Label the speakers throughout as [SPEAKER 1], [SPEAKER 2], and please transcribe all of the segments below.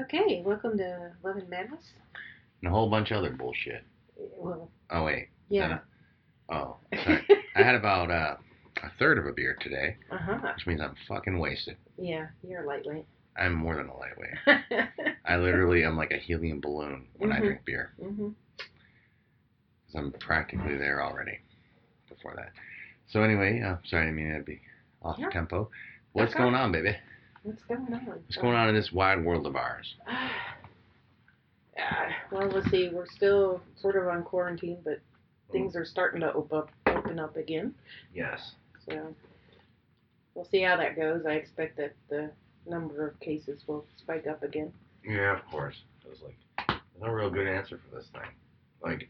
[SPEAKER 1] Okay, welcome to Love and Madness.
[SPEAKER 2] and a whole bunch of other bullshit.
[SPEAKER 1] Well,
[SPEAKER 2] Oh wait,
[SPEAKER 1] yeah.
[SPEAKER 2] oh, sorry. I had about uh, a third of a beer today,
[SPEAKER 1] uh huh.
[SPEAKER 2] which means I'm fucking wasted.
[SPEAKER 1] Yeah, you're a lightweight.
[SPEAKER 2] I'm more than a lightweight.
[SPEAKER 1] mm-hmm.
[SPEAKER 2] I literally am like a helium balloon when I
[SPEAKER 1] Mhm.
[SPEAKER 2] drink beer, 'cause I'm practically there already. Before that, so anyway, uh, sorry, I mean I'd be off
[SPEAKER 1] Yeah.
[SPEAKER 2] tempo. What's
[SPEAKER 1] That's all
[SPEAKER 2] going on, baby?
[SPEAKER 1] What's going on?
[SPEAKER 2] What's going on in this wide world of ours?
[SPEAKER 1] Ah, well, let's see. We're still sort of on quarantine, but
[SPEAKER 2] Oh.
[SPEAKER 1] things are starting to open up, open up again.
[SPEAKER 2] Yes.
[SPEAKER 1] So we'll see how that goes. I expect that the number of cases will spike up again.
[SPEAKER 2] Yeah, of course. I was like, there's no real good answer for this thing. Like,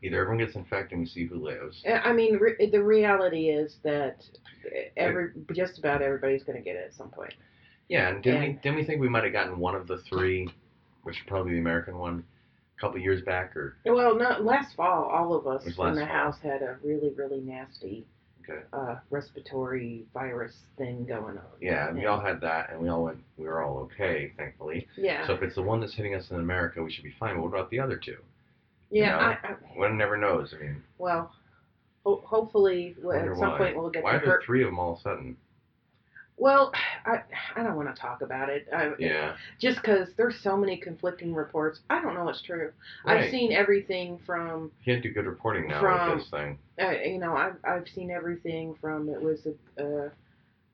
[SPEAKER 2] either everyone gets infected and we see who lives.
[SPEAKER 1] Uh, I mean, re- the reality is that every just about everybody's going to get it at some point.
[SPEAKER 2] Yeah, and didn't, We,
[SPEAKER 1] Yeah.
[SPEAKER 2] didn't we think we might have gotten one of the three, which would probably be the American one, a couple years back? Or
[SPEAKER 1] Well, not last fall, all of us
[SPEAKER 2] It was
[SPEAKER 1] in
[SPEAKER 2] last
[SPEAKER 1] the
[SPEAKER 2] fall.
[SPEAKER 1] house had a really, really nasty
[SPEAKER 2] okay.
[SPEAKER 1] uh, respiratory virus thing going on.
[SPEAKER 2] yeah, and we all had that, and we all went. We were all okay, thankfully.
[SPEAKER 1] Yeah,
[SPEAKER 2] So if it's the one that's hitting us in America, we should be fine. But what about the other two?
[SPEAKER 1] yeah.
[SPEAKER 2] know,
[SPEAKER 1] I, I,
[SPEAKER 2] One never knows. I mean,
[SPEAKER 1] well, ho- hopefully, well,
[SPEAKER 2] wonder
[SPEAKER 1] at some
[SPEAKER 2] why.
[SPEAKER 1] point we'll get
[SPEAKER 2] why
[SPEAKER 1] the
[SPEAKER 2] are there
[SPEAKER 1] her-
[SPEAKER 2] three of them all of a sudden?
[SPEAKER 1] Well, I I don't want to talk about it. I,
[SPEAKER 2] Yeah,
[SPEAKER 1] just because there's so many conflicting reports. I don't know what's true. I've
[SPEAKER 2] right.
[SPEAKER 1] seen everything from,
[SPEAKER 2] You can't do good reporting now
[SPEAKER 1] From-
[SPEAKER 2] with this thing.
[SPEAKER 1] uh, you know, I've, I've seen everything from it was a, a,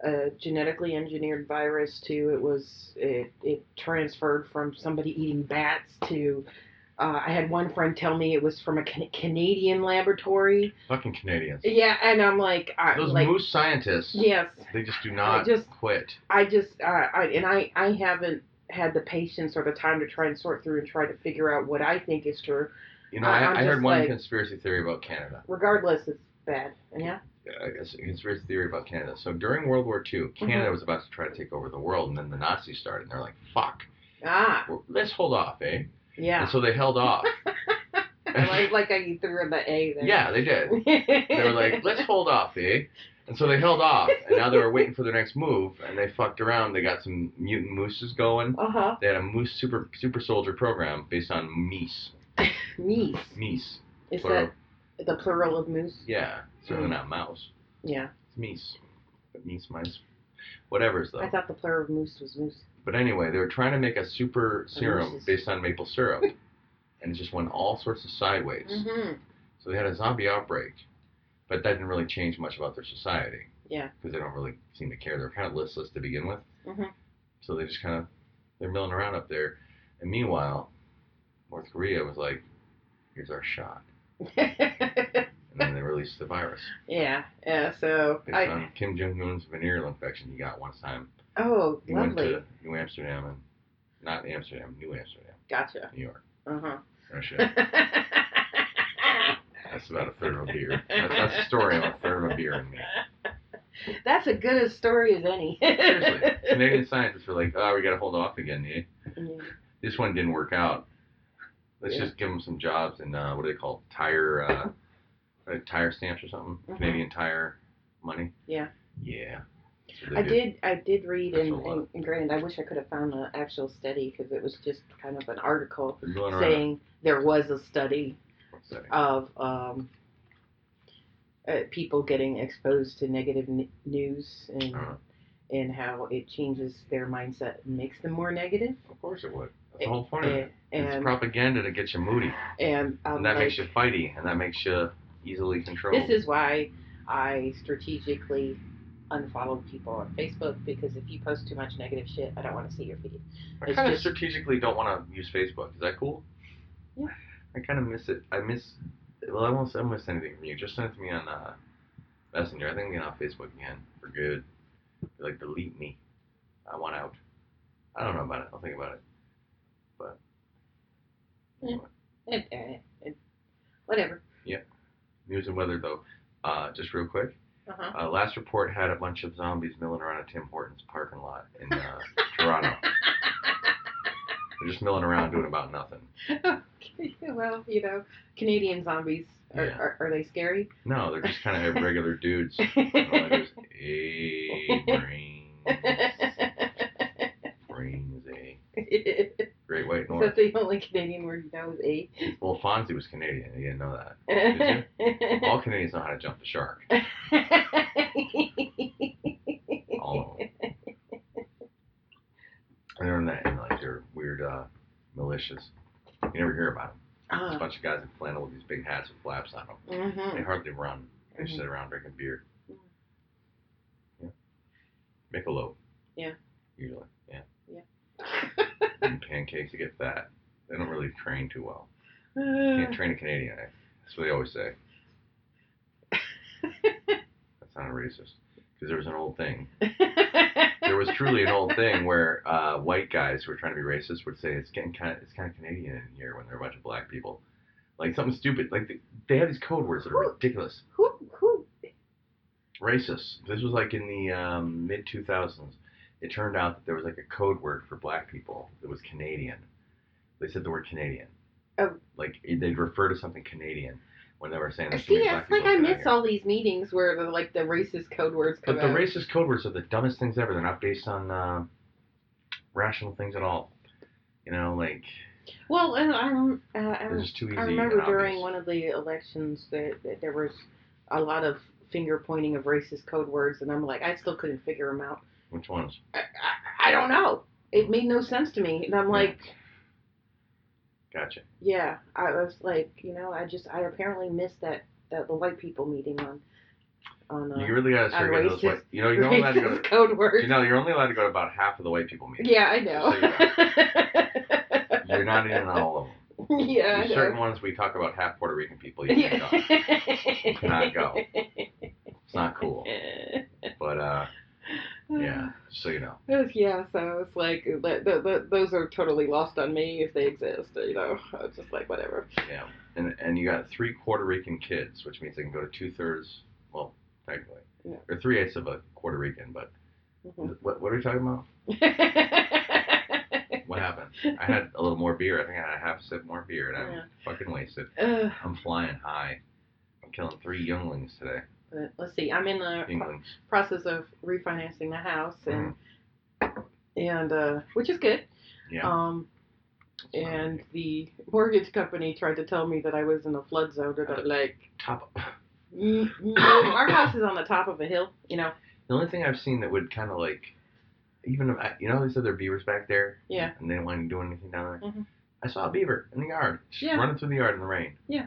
[SPEAKER 1] a genetically engineered virus to it was, it, it transferred from somebody eating bats to, uh, I had one friend tell me it was from a Can- Canadian laboratory.
[SPEAKER 2] Fucking Canadians.
[SPEAKER 1] Yeah, and I'm like, I,
[SPEAKER 2] Those
[SPEAKER 1] like,
[SPEAKER 2] moose scientists.
[SPEAKER 1] yes,
[SPEAKER 2] They just do not
[SPEAKER 1] just-
[SPEAKER 2] quit.
[SPEAKER 1] I just, uh, I, and I, I haven't had the patience or the time to try and sort through and try to figure out what I think is true.
[SPEAKER 2] You know,
[SPEAKER 1] I- I'm
[SPEAKER 2] I, I heard
[SPEAKER 1] just
[SPEAKER 2] one
[SPEAKER 1] like-
[SPEAKER 2] conspiracy theory about Canada.
[SPEAKER 1] regardless, it's bad. Yeah.
[SPEAKER 2] I guess a conspiracy theory about Canada. So during World War II,
[SPEAKER 1] Mm-hmm.
[SPEAKER 2] Canada was about to try to take over the world, and then the Nazis started, and they're like, "Fuck,
[SPEAKER 1] Ah,
[SPEAKER 2] we're- let's hold off, eh?" And
[SPEAKER 1] yeah.
[SPEAKER 2] so they held off.
[SPEAKER 1] like, like I threw in the A there.
[SPEAKER 2] yeah, they did. They
[SPEAKER 1] they
[SPEAKER 2] were like, "Let's hold off, eh?" And so they held off, and now they were waiting for their next move, and they fucked around. They got some mutant mooses going.
[SPEAKER 1] Uh huh.
[SPEAKER 2] They had a moose super super soldier program based on meese,
[SPEAKER 1] Meese.
[SPEAKER 2] meese,
[SPEAKER 1] Is
[SPEAKER 2] plural.
[SPEAKER 1] that Mm. the plural of moose?
[SPEAKER 2] Yeah, certainly not mouse.
[SPEAKER 1] Yeah.
[SPEAKER 2] It's meese, but meese mice, whatever's though.
[SPEAKER 1] I thought the plural of moose was moose.
[SPEAKER 2] But anyway, they were trying to make a super serum
[SPEAKER 1] Delicious.
[SPEAKER 2] based on maple syrup, and it just went all sorts of sideways.
[SPEAKER 1] Mm-hmm.
[SPEAKER 2] So they had a zombie outbreak, but that didn't really change much about their society.
[SPEAKER 1] Yeah.
[SPEAKER 2] Because they don't really seem to care. They're kind of listless to begin with.
[SPEAKER 1] Mhm.
[SPEAKER 2] So they just kind of they're milling around up there, and meanwhile, North Korea was like, "Here's our shot," and then they released the virus
[SPEAKER 1] yeah. Yeah. So
[SPEAKER 2] based
[SPEAKER 1] I.
[SPEAKER 2] on Kim Jong Un's venereal infection he got one time.
[SPEAKER 1] Oh,
[SPEAKER 2] He went
[SPEAKER 1] lovely.
[SPEAKER 2] to New Amsterdam and not Amsterdam, New Amsterdam,
[SPEAKER 1] Gotcha.
[SPEAKER 2] New York,
[SPEAKER 1] Uh huh.
[SPEAKER 2] Russia. That's about a third of a beer. That's, that's the story of a third of a beer in me.
[SPEAKER 1] That's a good a story as any.
[SPEAKER 2] Seriously, Canadian scientists were like, "Oh, we got to hold off again. eh?
[SPEAKER 1] Yeah.
[SPEAKER 2] This one didn't work out. Let's
[SPEAKER 1] Yeah.
[SPEAKER 2] just give them some jobs and uh, what do they call it? tire uh, uh, tire stamps or something?
[SPEAKER 1] Mhm.
[SPEAKER 2] Canadian tire money.
[SPEAKER 1] Yeah.
[SPEAKER 2] Yeah. That's what they
[SPEAKER 1] I
[SPEAKER 2] do.
[SPEAKER 1] did. I did read,
[SPEAKER 2] That's
[SPEAKER 1] and,
[SPEAKER 2] a lot.
[SPEAKER 1] and, and granted, I wish I could have found the actual study because it was just kind of an article
[SPEAKER 2] They're going around.
[SPEAKER 1] saying there was a study
[SPEAKER 2] What's that?
[SPEAKER 1] of um, uh, people getting exposed to negative n- news and
[SPEAKER 2] Uh-huh.
[SPEAKER 1] and how it changes their mindset and makes them more negative.
[SPEAKER 2] Of course it would. That's the whole point. of it.
[SPEAKER 1] And
[SPEAKER 2] It's
[SPEAKER 1] and,
[SPEAKER 2] propaganda to get you moody,
[SPEAKER 1] and, um,
[SPEAKER 2] and that
[SPEAKER 1] like,
[SPEAKER 2] makes you fighty, and that makes you easily controlled.
[SPEAKER 1] This is why I strategically unfollow people on Facebook because if you post too much negative shit, I don't want to see your feed.
[SPEAKER 2] I
[SPEAKER 1] It's
[SPEAKER 2] kind of
[SPEAKER 1] just-
[SPEAKER 2] strategically don't want to use Facebook. Is that cool?
[SPEAKER 1] Yeah.
[SPEAKER 2] I kind of miss it. I miss. Well, I won't. I won't miss anything from you. Just send it to me on uh, Messenger. I think I'm getting off Facebook again for good. Like delete me. I want out. I don't know about it. I'll think about it. But
[SPEAKER 1] Yeah. Eh, eh, eh, whatever.
[SPEAKER 2] news and weather though. Uh, just real quick.
[SPEAKER 1] Uh-huh.
[SPEAKER 2] Uh, last report had a bunch of zombies milling around a Tim Hortons parking lot in uh, Toronto. They're just milling around doing about nothing.
[SPEAKER 1] well, you know, Canadian zombies are,
[SPEAKER 2] Yeah.
[SPEAKER 1] are, are they scary?
[SPEAKER 2] No, they're just kind of regular dudes. Well, there's A brains. Brains, A.
[SPEAKER 1] Is
[SPEAKER 2] Great White North.
[SPEAKER 1] that the only Canadian word you know is ape?
[SPEAKER 2] Well, Fonzie was Canadian. You didn't know that. Did you? All Canadians know how to jump the shark. All of them. They're in that, in like their weird uh, militias. You never hear about them. It's a
[SPEAKER 1] Ah,
[SPEAKER 2] bunch of guys in flannel with these big hats with flaps on them. They
[SPEAKER 1] mhm.
[SPEAKER 2] hardly run. They
[SPEAKER 1] Mm-hmm.
[SPEAKER 2] just sit around drinking beer.
[SPEAKER 1] Mhm.
[SPEAKER 2] Yeah. Michelob.
[SPEAKER 1] Yeah.
[SPEAKER 2] Usually. Yeah.
[SPEAKER 1] Yeah.
[SPEAKER 2] Eating pancakes to get fat. They don't really train too well. Can't
[SPEAKER 1] Uh,
[SPEAKER 2] train a Canadian. eh? That's what they always say. That's not a racist. Because there was an old thing. There was truly an old thing where uh, white guys who were trying to be racist would say it's getting kind of it's kind of Canadian in here when they're a bunch of black people, like something stupid. Like they, they have these code words that are
[SPEAKER 1] Who-
[SPEAKER 2] ridiculous.
[SPEAKER 1] who who
[SPEAKER 2] Racist. This was like in the um, mid two thousands. It turned out that there was like a code word for black people that was Canadian. They said the word Canadian.
[SPEAKER 1] Oh.
[SPEAKER 2] Like they'd refer to something Canadian when they were saying there's too
[SPEAKER 1] See,
[SPEAKER 2] many
[SPEAKER 1] it's
[SPEAKER 2] black
[SPEAKER 1] like
[SPEAKER 2] people
[SPEAKER 1] I
[SPEAKER 2] out
[SPEAKER 1] miss
[SPEAKER 2] here.
[SPEAKER 1] all these meetings where the, like the racist code words come
[SPEAKER 2] But the
[SPEAKER 1] out.
[SPEAKER 2] racist code words are the dumbest things ever. They're not based on uh, rational things at all. You know, like
[SPEAKER 1] well, and I rem- uh, I,
[SPEAKER 2] they're
[SPEAKER 1] rem-
[SPEAKER 2] just too easy.
[SPEAKER 1] I
[SPEAKER 2] and
[SPEAKER 1] remember
[SPEAKER 2] obvious.
[SPEAKER 1] during one of the elections that, that there was a lot of finger pointing of racist code words, and I'm like, I still couldn't figure them out.
[SPEAKER 2] Which ones?
[SPEAKER 1] I, I, I don't know. It made no sense to me, and I'm like,
[SPEAKER 2] Gotcha.
[SPEAKER 1] yeah, I was like, you know, I just I apparently missed that that the white people meeting on on uh,
[SPEAKER 2] You really gotta start
[SPEAKER 1] I'm
[SPEAKER 2] getting those. White,
[SPEAKER 1] racist.
[SPEAKER 2] you know, you're only allowed to go.
[SPEAKER 1] racist
[SPEAKER 2] To,
[SPEAKER 1] code words.
[SPEAKER 2] you know, you're only allowed to go to about half of the white people meetings.
[SPEAKER 1] yeah, I know.
[SPEAKER 2] You're not in on all of them.
[SPEAKER 1] yeah, I
[SPEAKER 2] There's
[SPEAKER 1] know.
[SPEAKER 2] certain ones we talk about half Puerto Rican people. You can't
[SPEAKER 1] Yeah.
[SPEAKER 2] go. cannot go. It's not cool. But uh, yeah, just so you know.
[SPEAKER 1] It was- yeah, so it's like th- th- th- those are totally lost on me if they exist. You know, I was just like whatever.
[SPEAKER 2] Yeah, and and you got three Puerto Rican kids, which means they can go to two thirds. Well, technically,
[SPEAKER 1] Yeah.
[SPEAKER 2] or three eighths of a Puerto Rican. But
[SPEAKER 1] Mhm.
[SPEAKER 2] what what are we talking about? What happened? I had a little more beer. I think I had a half sip more beer, and I'm
[SPEAKER 1] Yeah.
[SPEAKER 2] fucking wasted.
[SPEAKER 1] uh,
[SPEAKER 2] I'm flying high. I'm killing three younglings today.
[SPEAKER 1] but let's see. I'm in the
[SPEAKER 2] Younglings.
[SPEAKER 1] process of refinancing the house, and and uh, which is good.
[SPEAKER 2] Mm-hmm. Yeah.
[SPEAKER 1] Um, and the mortgage company tried to tell me that I was in a flood zone, and I'm like,
[SPEAKER 2] Top. The
[SPEAKER 1] "Mm, no, our house is on the top of a hill, you know.
[SPEAKER 2] only thing I've seen that would kind of like, even if I- you know, how they said there are beavers back there.
[SPEAKER 1] Yeah.
[SPEAKER 2] And they didn't want to do anything down there.
[SPEAKER 1] Mhm.
[SPEAKER 2] I saw a beaver in the yard, just
[SPEAKER 1] Yeah.
[SPEAKER 2] running through the yard in the rain.
[SPEAKER 1] Yeah.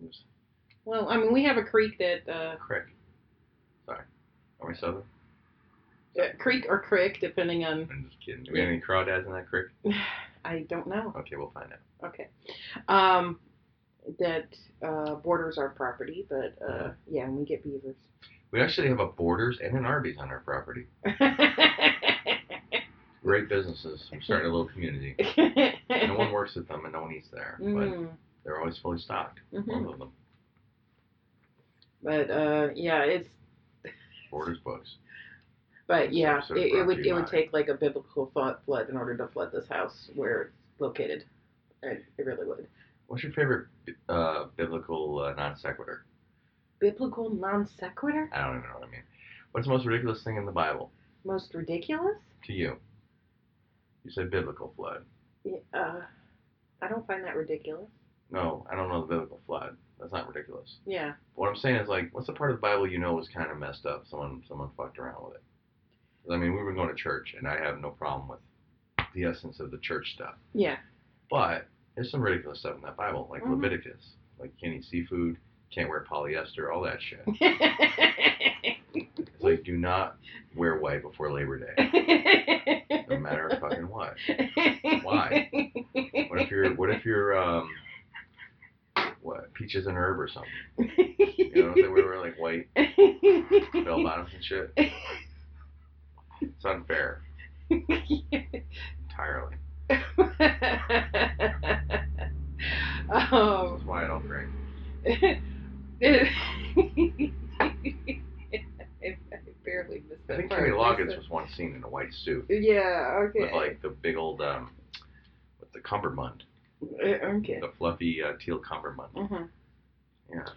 [SPEAKER 2] It was
[SPEAKER 1] Well, I mean, we have a creek that uh,
[SPEAKER 2] a crick. Sorry. Are we southern?
[SPEAKER 1] uh, creek or creek, depending on.
[SPEAKER 2] I'm just kidding. Do we have any crawdads in that crick?
[SPEAKER 1] I don't know.
[SPEAKER 2] Okay, we'll find out.
[SPEAKER 1] Okay. Um, that uh, borders our property, but uh, yeah, and we get beavers.
[SPEAKER 2] We actually have a Borders and an Arby's on our property. Great businesses. We started a little community. No one works at them and no one eats there, but
[SPEAKER 1] Mm,
[SPEAKER 2] they're always fully stocked.
[SPEAKER 1] mhm.
[SPEAKER 2] Both of them.
[SPEAKER 1] But uh, yeah, it's
[SPEAKER 2] Borders books.
[SPEAKER 1] but yeah,
[SPEAKER 2] So- so
[SPEAKER 1] it, it would it would
[SPEAKER 2] property
[SPEAKER 1] take like a biblical flood flood in order to flood this house where it's located. It, it really would.
[SPEAKER 2] What's your favorite uh, biblical uh, non sequitur?
[SPEAKER 1] Biblical non sequitur?
[SPEAKER 2] I don't even know what I mean. What's the most ridiculous thing in the Bible
[SPEAKER 1] Most ridiculous?
[SPEAKER 2] to you? You said biblical flood.
[SPEAKER 1] Yeah, uh, I don't find that ridiculous.
[SPEAKER 2] No, I don't know the biblical flood. That's not ridiculous.
[SPEAKER 1] Yeah.
[SPEAKER 2] What I'm saying is like, what's the part of the Bible you know was kind of messed up? Someone someone fucked around with it. 'Cause, I mean, we've been going to church, and I have no problem with the essence of the church stuff.
[SPEAKER 1] Yeah.
[SPEAKER 2] But there's some ridiculous stuff in that Bible, like
[SPEAKER 1] Mhm.
[SPEAKER 2] Leviticus, like you can't eat seafood, can't wear polyester, all that shit. It's like do not wear white before Labor Day, no matter fucking what. Why? What if you're what if you're um what peaches and herb or something? You know, if they wear like white bell bottoms and shit. It's unfair entirely.
[SPEAKER 1] um,
[SPEAKER 2] This is why I don't drink.
[SPEAKER 1] I barely missed
[SPEAKER 2] I
[SPEAKER 1] that
[SPEAKER 2] think
[SPEAKER 1] part.
[SPEAKER 2] Kenny Loggins was once seen in a white suit
[SPEAKER 1] Yeah. Okay.
[SPEAKER 2] with like the big old um with the cummerbund,
[SPEAKER 1] Uh, okay.
[SPEAKER 2] the fluffy uh, teal cummerbund.
[SPEAKER 1] hmm
[SPEAKER 2] Yeah. uh,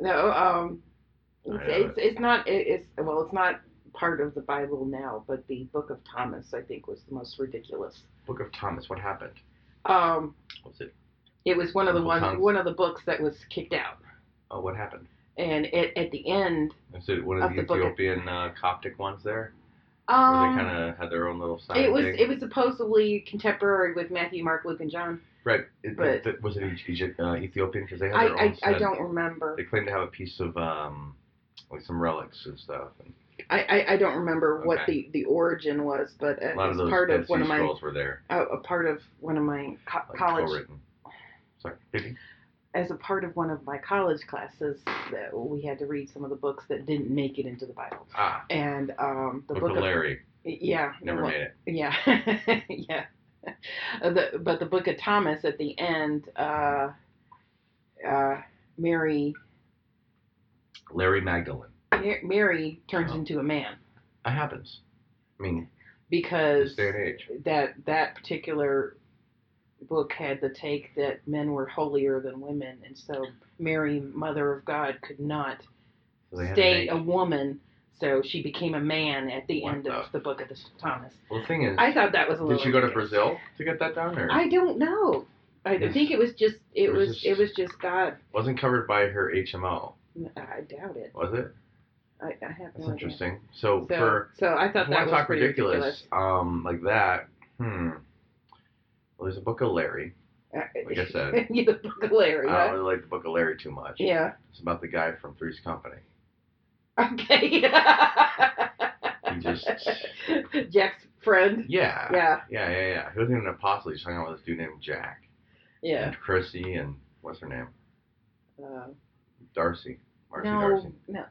[SPEAKER 1] No. Um.
[SPEAKER 2] I
[SPEAKER 1] It's,
[SPEAKER 2] know
[SPEAKER 1] it's, it's not it, it's well it's not part of the Bible now, but the Book of Thomas, I think, was the most ridiculous.
[SPEAKER 2] Book of Thomas. What happened?
[SPEAKER 1] Um,
[SPEAKER 2] What's it?
[SPEAKER 1] it was one of the
[SPEAKER 2] Book of
[SPEAKER 1] one
[SPEAKER 2] Thomas.
[SPEAKER 1] one of the books that was kicked out,
[SPEAKER 2] Oh, what happened?
[SPEAKER 1] and it, at the end,
[SPEAKER 2] Is it one of
[SPEAKER 1] Of
[SPEAKER 2] the
[SPEAKER 1] the Book of-
[SPEAKER 2] Ethiopian uh, Coptic ones there? where they
[SPEAKER 1] um,
[SPEAKER 2] kind of had their own little side
[SPEAKER 1] it was
[SPEAKER 2] thing?
[SPEAKER 1] it was supposedly contemporary with Matthew, Mark, Luke, and John.
[SPEAKER 2] Right. It,
[SPEAKER 1] But-
[SPEAKER 2] th- was it Egypt, uh, Ethiopian? Because they had
[SPEAKER 1] I
[SPEAKER 2] their own
[SPEAKER 1] I, I
[SPEAKER 2] set.
[SPEAKER 1] don't remember.
[SPEAKER 2] They claim to have a piece of um, like some relics and stuff. And
[SPEAKER 1] I, I, I don't remember what
[SPEAKER 2] Okay.
[SPEAKER 1] the, the origin was, but it
[SPEAKER 2] a lot
[SPEAKER 1] was
[SPEAKER 2] of those
[SPEAKER 1] part
[SPEAKER 2] Dead
[SPEAKER 1] of one
[SPEAKER 2] Sea
[SPEAKER 1] of my
[SPEAKER 2] scrolls were there,
[SPEAKER 1] uh, a part of one of my co-
[SPEAKER 2] like
[SPEAKER 1] college
[SPEAKER 2] co-written. Sorry. Vicky?
[SPEAKER 1] as a part of one of my college classes that we had to read some of the books that didn't make it into the Bible.
[SPEAKER 2] Ah,
[SPEAKER 1] And um, the
[SPEAKER 2] Book,
[SPEAKER 1] book
[SPEAKER 2] of
[SPEAKER 1] of
[SPEAKER 2] Larry.
[SPEAKER 1] yeah,
[SPEAKER 2] Never
[SPEAKER 1] well,
[SPEAKER 2] made it.
[SPEAKER 1] yeah, yeah. Uh, The, but the book of Thomas at the end, uh, uh, Mary
[SPEAKER 2] Larry Magdalene.
[SPEAKER 1] Mar- Mary turns
[SPEAKER 2] Oh.
[SPEAKER 1] into a man
[SPEAKER 2] That happens. I mean, this
[SPEAKER 1] because
[SPEAKER 2] day and age.
[SPEAKER 1] that that particular book had the take that men were holier than women, and so Mary, Mother of God, could not
[SPEAKER 2] So they had to
[SPEAKER 1] stay
[SPEAKER 2] make-
[SPEAKER 1] a woman, so she became a man at the
[SPEAKER 2] What
[SPEAKER 1] end
[SPEAKER 2] the-
[SPEAKER 1] of the book of the Thomas.
[SPEAKER 2] Well, the thing is,
[SPEAKER 1] I thought that was a little.
[SPEAKER 2] did she go to
[SPEAKER 1] ridiculous.
[SPEAKER 2] Brazil to get that done, or
[SPEAKER 1] I don't know. I
[SPEAKER 2] Yes.
[SPEAKER 1] think it was just it
[SPEAKER 2] It was
[SPEAKER 1] was,
[SPEAKER 2] just-
[SPEAKER 1] it was just God.
[SPEAKER 2] wasn't covered by her HMO?
[SPEAKER 1] I doubt it.
[SPEAKER 2] Was it?
[SPEAKER 1] I, I have
[SPEAKER 2] That's
[SPEAKER 1] no idea.
[SPEAKER 2] interesting. So,
[SPEAKER 1] So,
[SPEAKER 2] for
[SPEAKER 1] so I thought
[SPEAKER 2] If you
[SPEAKER 1] that
[SPEAKER 2] want
[SPEAKER 1] was
[SPEAKER 2] to talk
[SPEAKER 1] pretty
[SPEAKER 2] ridiculous,
[SPEAKER 1] ridiculous.
[SPEAKER 2] um, like that, hmm. Well, there's a book of Larry. Like I said.
[SPEAKER 1] yeah, the book of Larry.
[SPEAKER 2] I don't
[SPEAKER 1] huh?
[SPEAKER 2] really like the book of Larry too much.
[SPEAKER 1] Yeah.
[SPEAKER 2] It's about the guy from Three's Company.
[SPEAKER 1] Okay.
[SPEAKER 2] He just,
[SPEAKER 1] Jack's friend.
[SPEAKER 2] yeah, yeah,
[SPEAKER 1] Yeah.
[SPEAKER 2] yeah, yeah. He wasn't even an apostle. He just hung out with this dude named Jack
[SPEAKER 1] Yeah.
[SPEAKER 2] and Chrissy and what's her name,
[SPEAKER 1] Uh,
[SPEAKER 2] Darcy, Marcy
[SPEAKER 1] no.
[SPEAKER 2] Darcy.
[SPEAKER 1] No.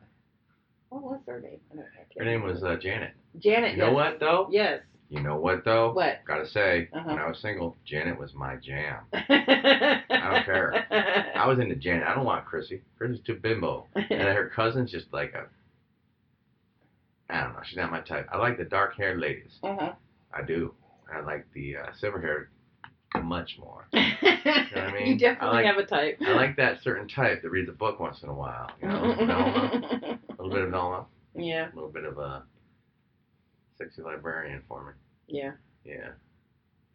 [SPEAKER 1] What was her name? I don't, I can't
[SPEAKER 2] Her name
[SPEAKER 1] remember.
[SPEAKER 2] was uh, Janet.
[SPEAKER 1] Janet.
[SPEAKER 2] You know
[SPEAKER 1] yes.
[SPEAKER 2] what though?
[SPEAKER 1] Yes.
[SPEAKER 2] You know what though?
[SPEAKER 1] What?
[SPEAKER 2] Gotta say, when
[SPEAKER 1] Uh-huh.
[SPEAKER 2] I was single, Janet was my jam.
[SPEAKER 1] I
[SPEAKER 2] don't care.
[SPEAKER 1] Uh-huh.
[SPEAKER 2] I was into Janet. I don't want Chrissy. Chrissy's too bimbo. and her cousin's just like a I don't know, she's not my type. I like the dark haired ladies.
[SPEAKER 1] uh-huh.
[SPEAKER 2] I do. I like the uh, silver haired much more.
[SPEAKER 1] you,
[SPEAKER 2] I mean?
[SPEAKER 1] definitely
[SPEAKER 2] I like-
[SPEAKER 1] have a type.
[SPEAKER 2] I like that certain type that reads a book once in a while. You know, Velma, a little bit of Velma,
[SPEAKER 1] yeah,
[SPEAKER 2] a little bit of a sexy librarian for me.
[SPEAKER 1] yeah.
[SPEAKER 2] Yeah,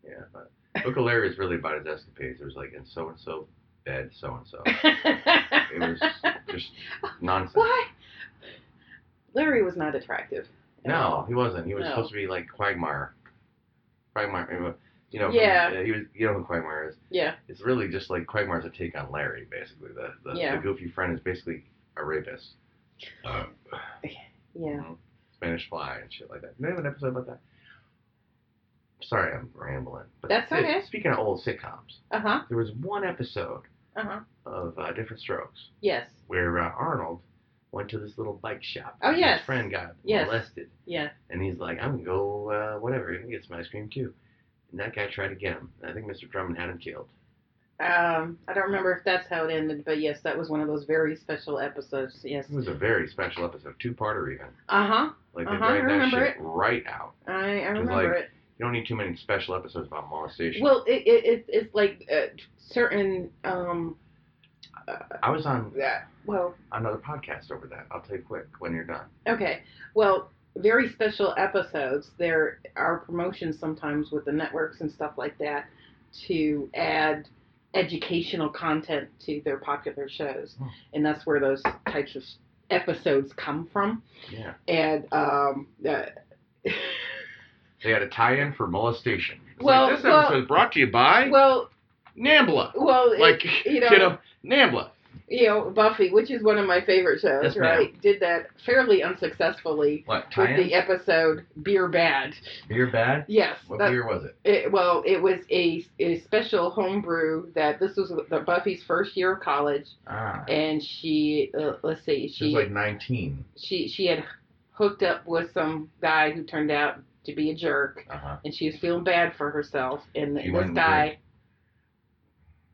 [SPEAKER 2] yeah. But Book of Larry is really about his escapades. It was like in so and so bed, so and so. It was just nonsense.
[SPEAKER 1] Why? Larry was not attractive. at
[SPEAKER 2] No,
[SPEAKER 1] all.
[SPEAKER 2] he wasn't. He was
[SPEAKER 1] No.
[SPEAKER 2] supposed to be like Quagmire. Quagmire, you know.
[SPEAKER 1] Yeah.
[SPEAKER 2] He was. You know who Quagmire is?
[SPEAKER 1] Yeah.
[SPEAKER 2] It's really just like Quagmire's a take on Larry, basically. The the,
[SPEAKER 1] Yeah.
[SPEAKER 2] the goofy friend is basically a rapist.
[SPEAKER 1] Yeah.
[SPEAKER 2] Mhm. Spanish fly and shit like that. Did they have an episode about that? Sorry, I'm rambling. But
[SPEAKER 1] That's
[SPEAKER 2] it.
[SPEAKER 1] okay.
[SPEAKER 2] Speaking of old sitcoms,
[SPEAKER 1] Uh huh.
[SPEAKER 2] there was one episode
[SPEAKER 1] Uh huh.
[SPEAKER 2] of uh, Different Strokes
[SPEAKER 1] Yes.
[SPEAKER 2] where uh, Arnold went to this little bike shop.
[SPEAKER 1] Oh,
[SPEAKER 2] and
[SPEAKER 1] yes.
[SPEAKER 2] His friend got
[SPEAKER 1] Yes.
[SPEAKER 2] molested.
[SPEAKER 1] Yeah.
[SPEAKER 2] And he's like, I'm gonna go, uh, whatever, I'm gonna get some ice cream too. And that guy tried to get him. And I think Mr. Drummond had him killed.
[SPEAKER 1] Um, I don't remember if that's how it ended, but yes, that was one of those very special episodes. Yes.
[SPEAKER 2] It was a very special episode, two parter even.
[SPEAKER 1] Uh huh.
[SPEAKER 2] Like they
[SPEAKER 1] Uh-huh, I
[SPEAKER 2] write that
[SPEAKER 1] remember
[SPEAKER 2] shit right out.
[SPEAKER 1] I, I
[SPEAKER 2] It was
[SPEAKER 1] remember
[SPEAKER 2] like-
[SPEAKER 1] it.
[SPEAKER 2] You don't need too many special episodes about molestation.
[SPEAKER 1] Well, it, it, it it's like uh, certain um
[SPEAKER 2] I was on
[SPEAKER 1] that well
[SPEAKER 2] another podcast over that. I'll tell you quick when you're done.
[SPEAKER 1] okay well very special episodes there are promotions sometimes with the networks and stuff like that to add educational content to their popular shows
[SPEAKER 2] Hmm.
[SPEAKER 1] and that's where those types of episodes come from
[SPEAKER 2] Yeah.
[SPEAKER 1] and um uh,
[SPEAKER 2] They had a tie in for molestation. It's
[SPEAKER 1] Well,
[SPEAKER 2] like, this
[SPEAKER 1] well-
[SPEAKER 2] episode is brought to you by
[SPEAKER 1] well
[SPEAKER 2] Nambla.
[SPEAKER 1] well it-
[SPEAKER 2] Like,
[SPEAKER 1] you know-
[SPEAKER 2] kiddo, Nambla.
[SPEAKER 1] you know buffy which is one of my favorite shows
[SPEAKER 2] Yes, ma'am.
[SPEAKER 1] right did that fairly unsuccessfully
[SPEAKER 2] What,
[SPEAKER 1] with
[SPEAKER 2] tie in?
[SPEAKER 1] the episode beer bad
[SPEAKER 2] Beer bad?
[SPEAKER 1] yes
[SPEAKER 2] What
[SPEAKER 1] that-
[SPEAKER 2] beer was it?
[SPEAKER 1] It, well, it was a, a special homebrew that this was the Buffy's first year of college,
[SPEAKER 2] Ah.
[SPEAKER 1] and she uh, let's see,
[SPEAKER 2] She was
[SPEAKER 1] she
[SPEAKER 2] like 19.
[SPEAKER 1] she she had hooked up with some guy who turned out to be a jerk,
[SPEAKER 2] Uh huh.
[SPEAKER 1] and she was feeling bad for herself, and
[SPEAKER 2] She
[SPEAKER 1] this
[SPEAKER 2] wouldn't
[SPEAKER 1] guy.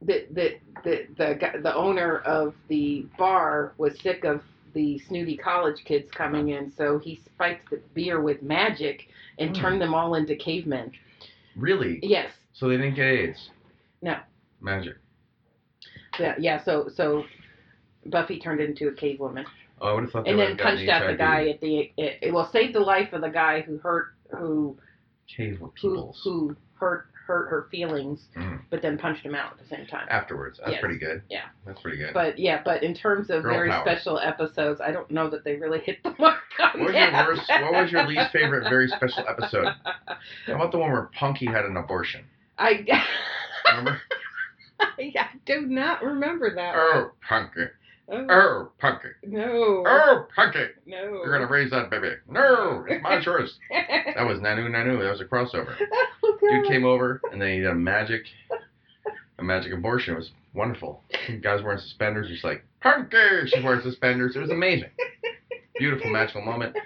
[SPEAKER 1] The, the the the guy- the owner of the bar was sick of the snooty college kids coming in, so he spiked the beer with magic and
[SPEAKER 2] Hmm.
[SPEAKER 1] turned them all into cavemen.
[SPEAKER 2] Really?
[SPEAKER 1] Yes,
[SPEAKER 2] So they didn't get AIDS.
[SPEAKER 1] No.
[SPEAKER 2] Magic.
[SPEAKER 1] Yeah, yeah. So, so Buffy turned into a cave woman.
[SPEAKER 2] Oh, I would have thought. they
[SPEAKER 1] and then
[SPEAKER 2] would've gotten
[SPEAKER 1] punched out the
[SPEAKER 2] HIV.
[SPEAKER 1] guy at the it, it, well saved the life of the guy who hurt who
[SPEAKER 2] Cable
[SPEAKER 1] who,
[SPEAKER 2] peoples.
[SPEAKER 1] who hurt hurt her feelings,
[SPEAKER 2] Mm.
[SPEAKER 1] but then punched him out at the same time.
[SPEAKER 2] Afterwards, that's
[SPEAKER 1] Yes.
[SPEAKER 2] pretty good.
[SPEAKER 1] Yeah.
[SPEAKER 2] That's pretty good.
[SPEAKER 1] But yeah, but in terms of
[SPEAKER 2] Girl
[SPEAKER 1] very
[SPEAKER 2] power.
[SPEAKER 1] special episodes, I don't know that they really hit the mark. On
[SPEAKER 2] What was your
[SPEAKER 1] that.
[SPEAKER 2] worst? What was your least favorite very special episode? How about the one where Punky had an abortion?
[SPEAKER 1] I
[SPEAKER 2] Remember?
[SPEAKER 1] I do not remember that.
[SPEAKER 2] oh, Punky.
[SPEAKER 1] one. Oh,
[SPEAKER 2] Oh, Punky.
[SPEAKER 1] no,
[SPEAKER 2] Oh, Punky.
[SPEAKER 1] no.
[SPEAKER 2] You're gonna raise that baby. No, it's my choice. That was Nanu Nanu. That was a crossover.
[SPEAKER 1] Oh,
[SPEAKER 2] Dude
[SPEAKER 1] God.
[SPEAKER 2] came over and they did a magic, a magic abortion. It was wonderful. Guys wearing suspenders, just like Punky. She's wearing suspenders. It was amazing. Beautiful magical moment.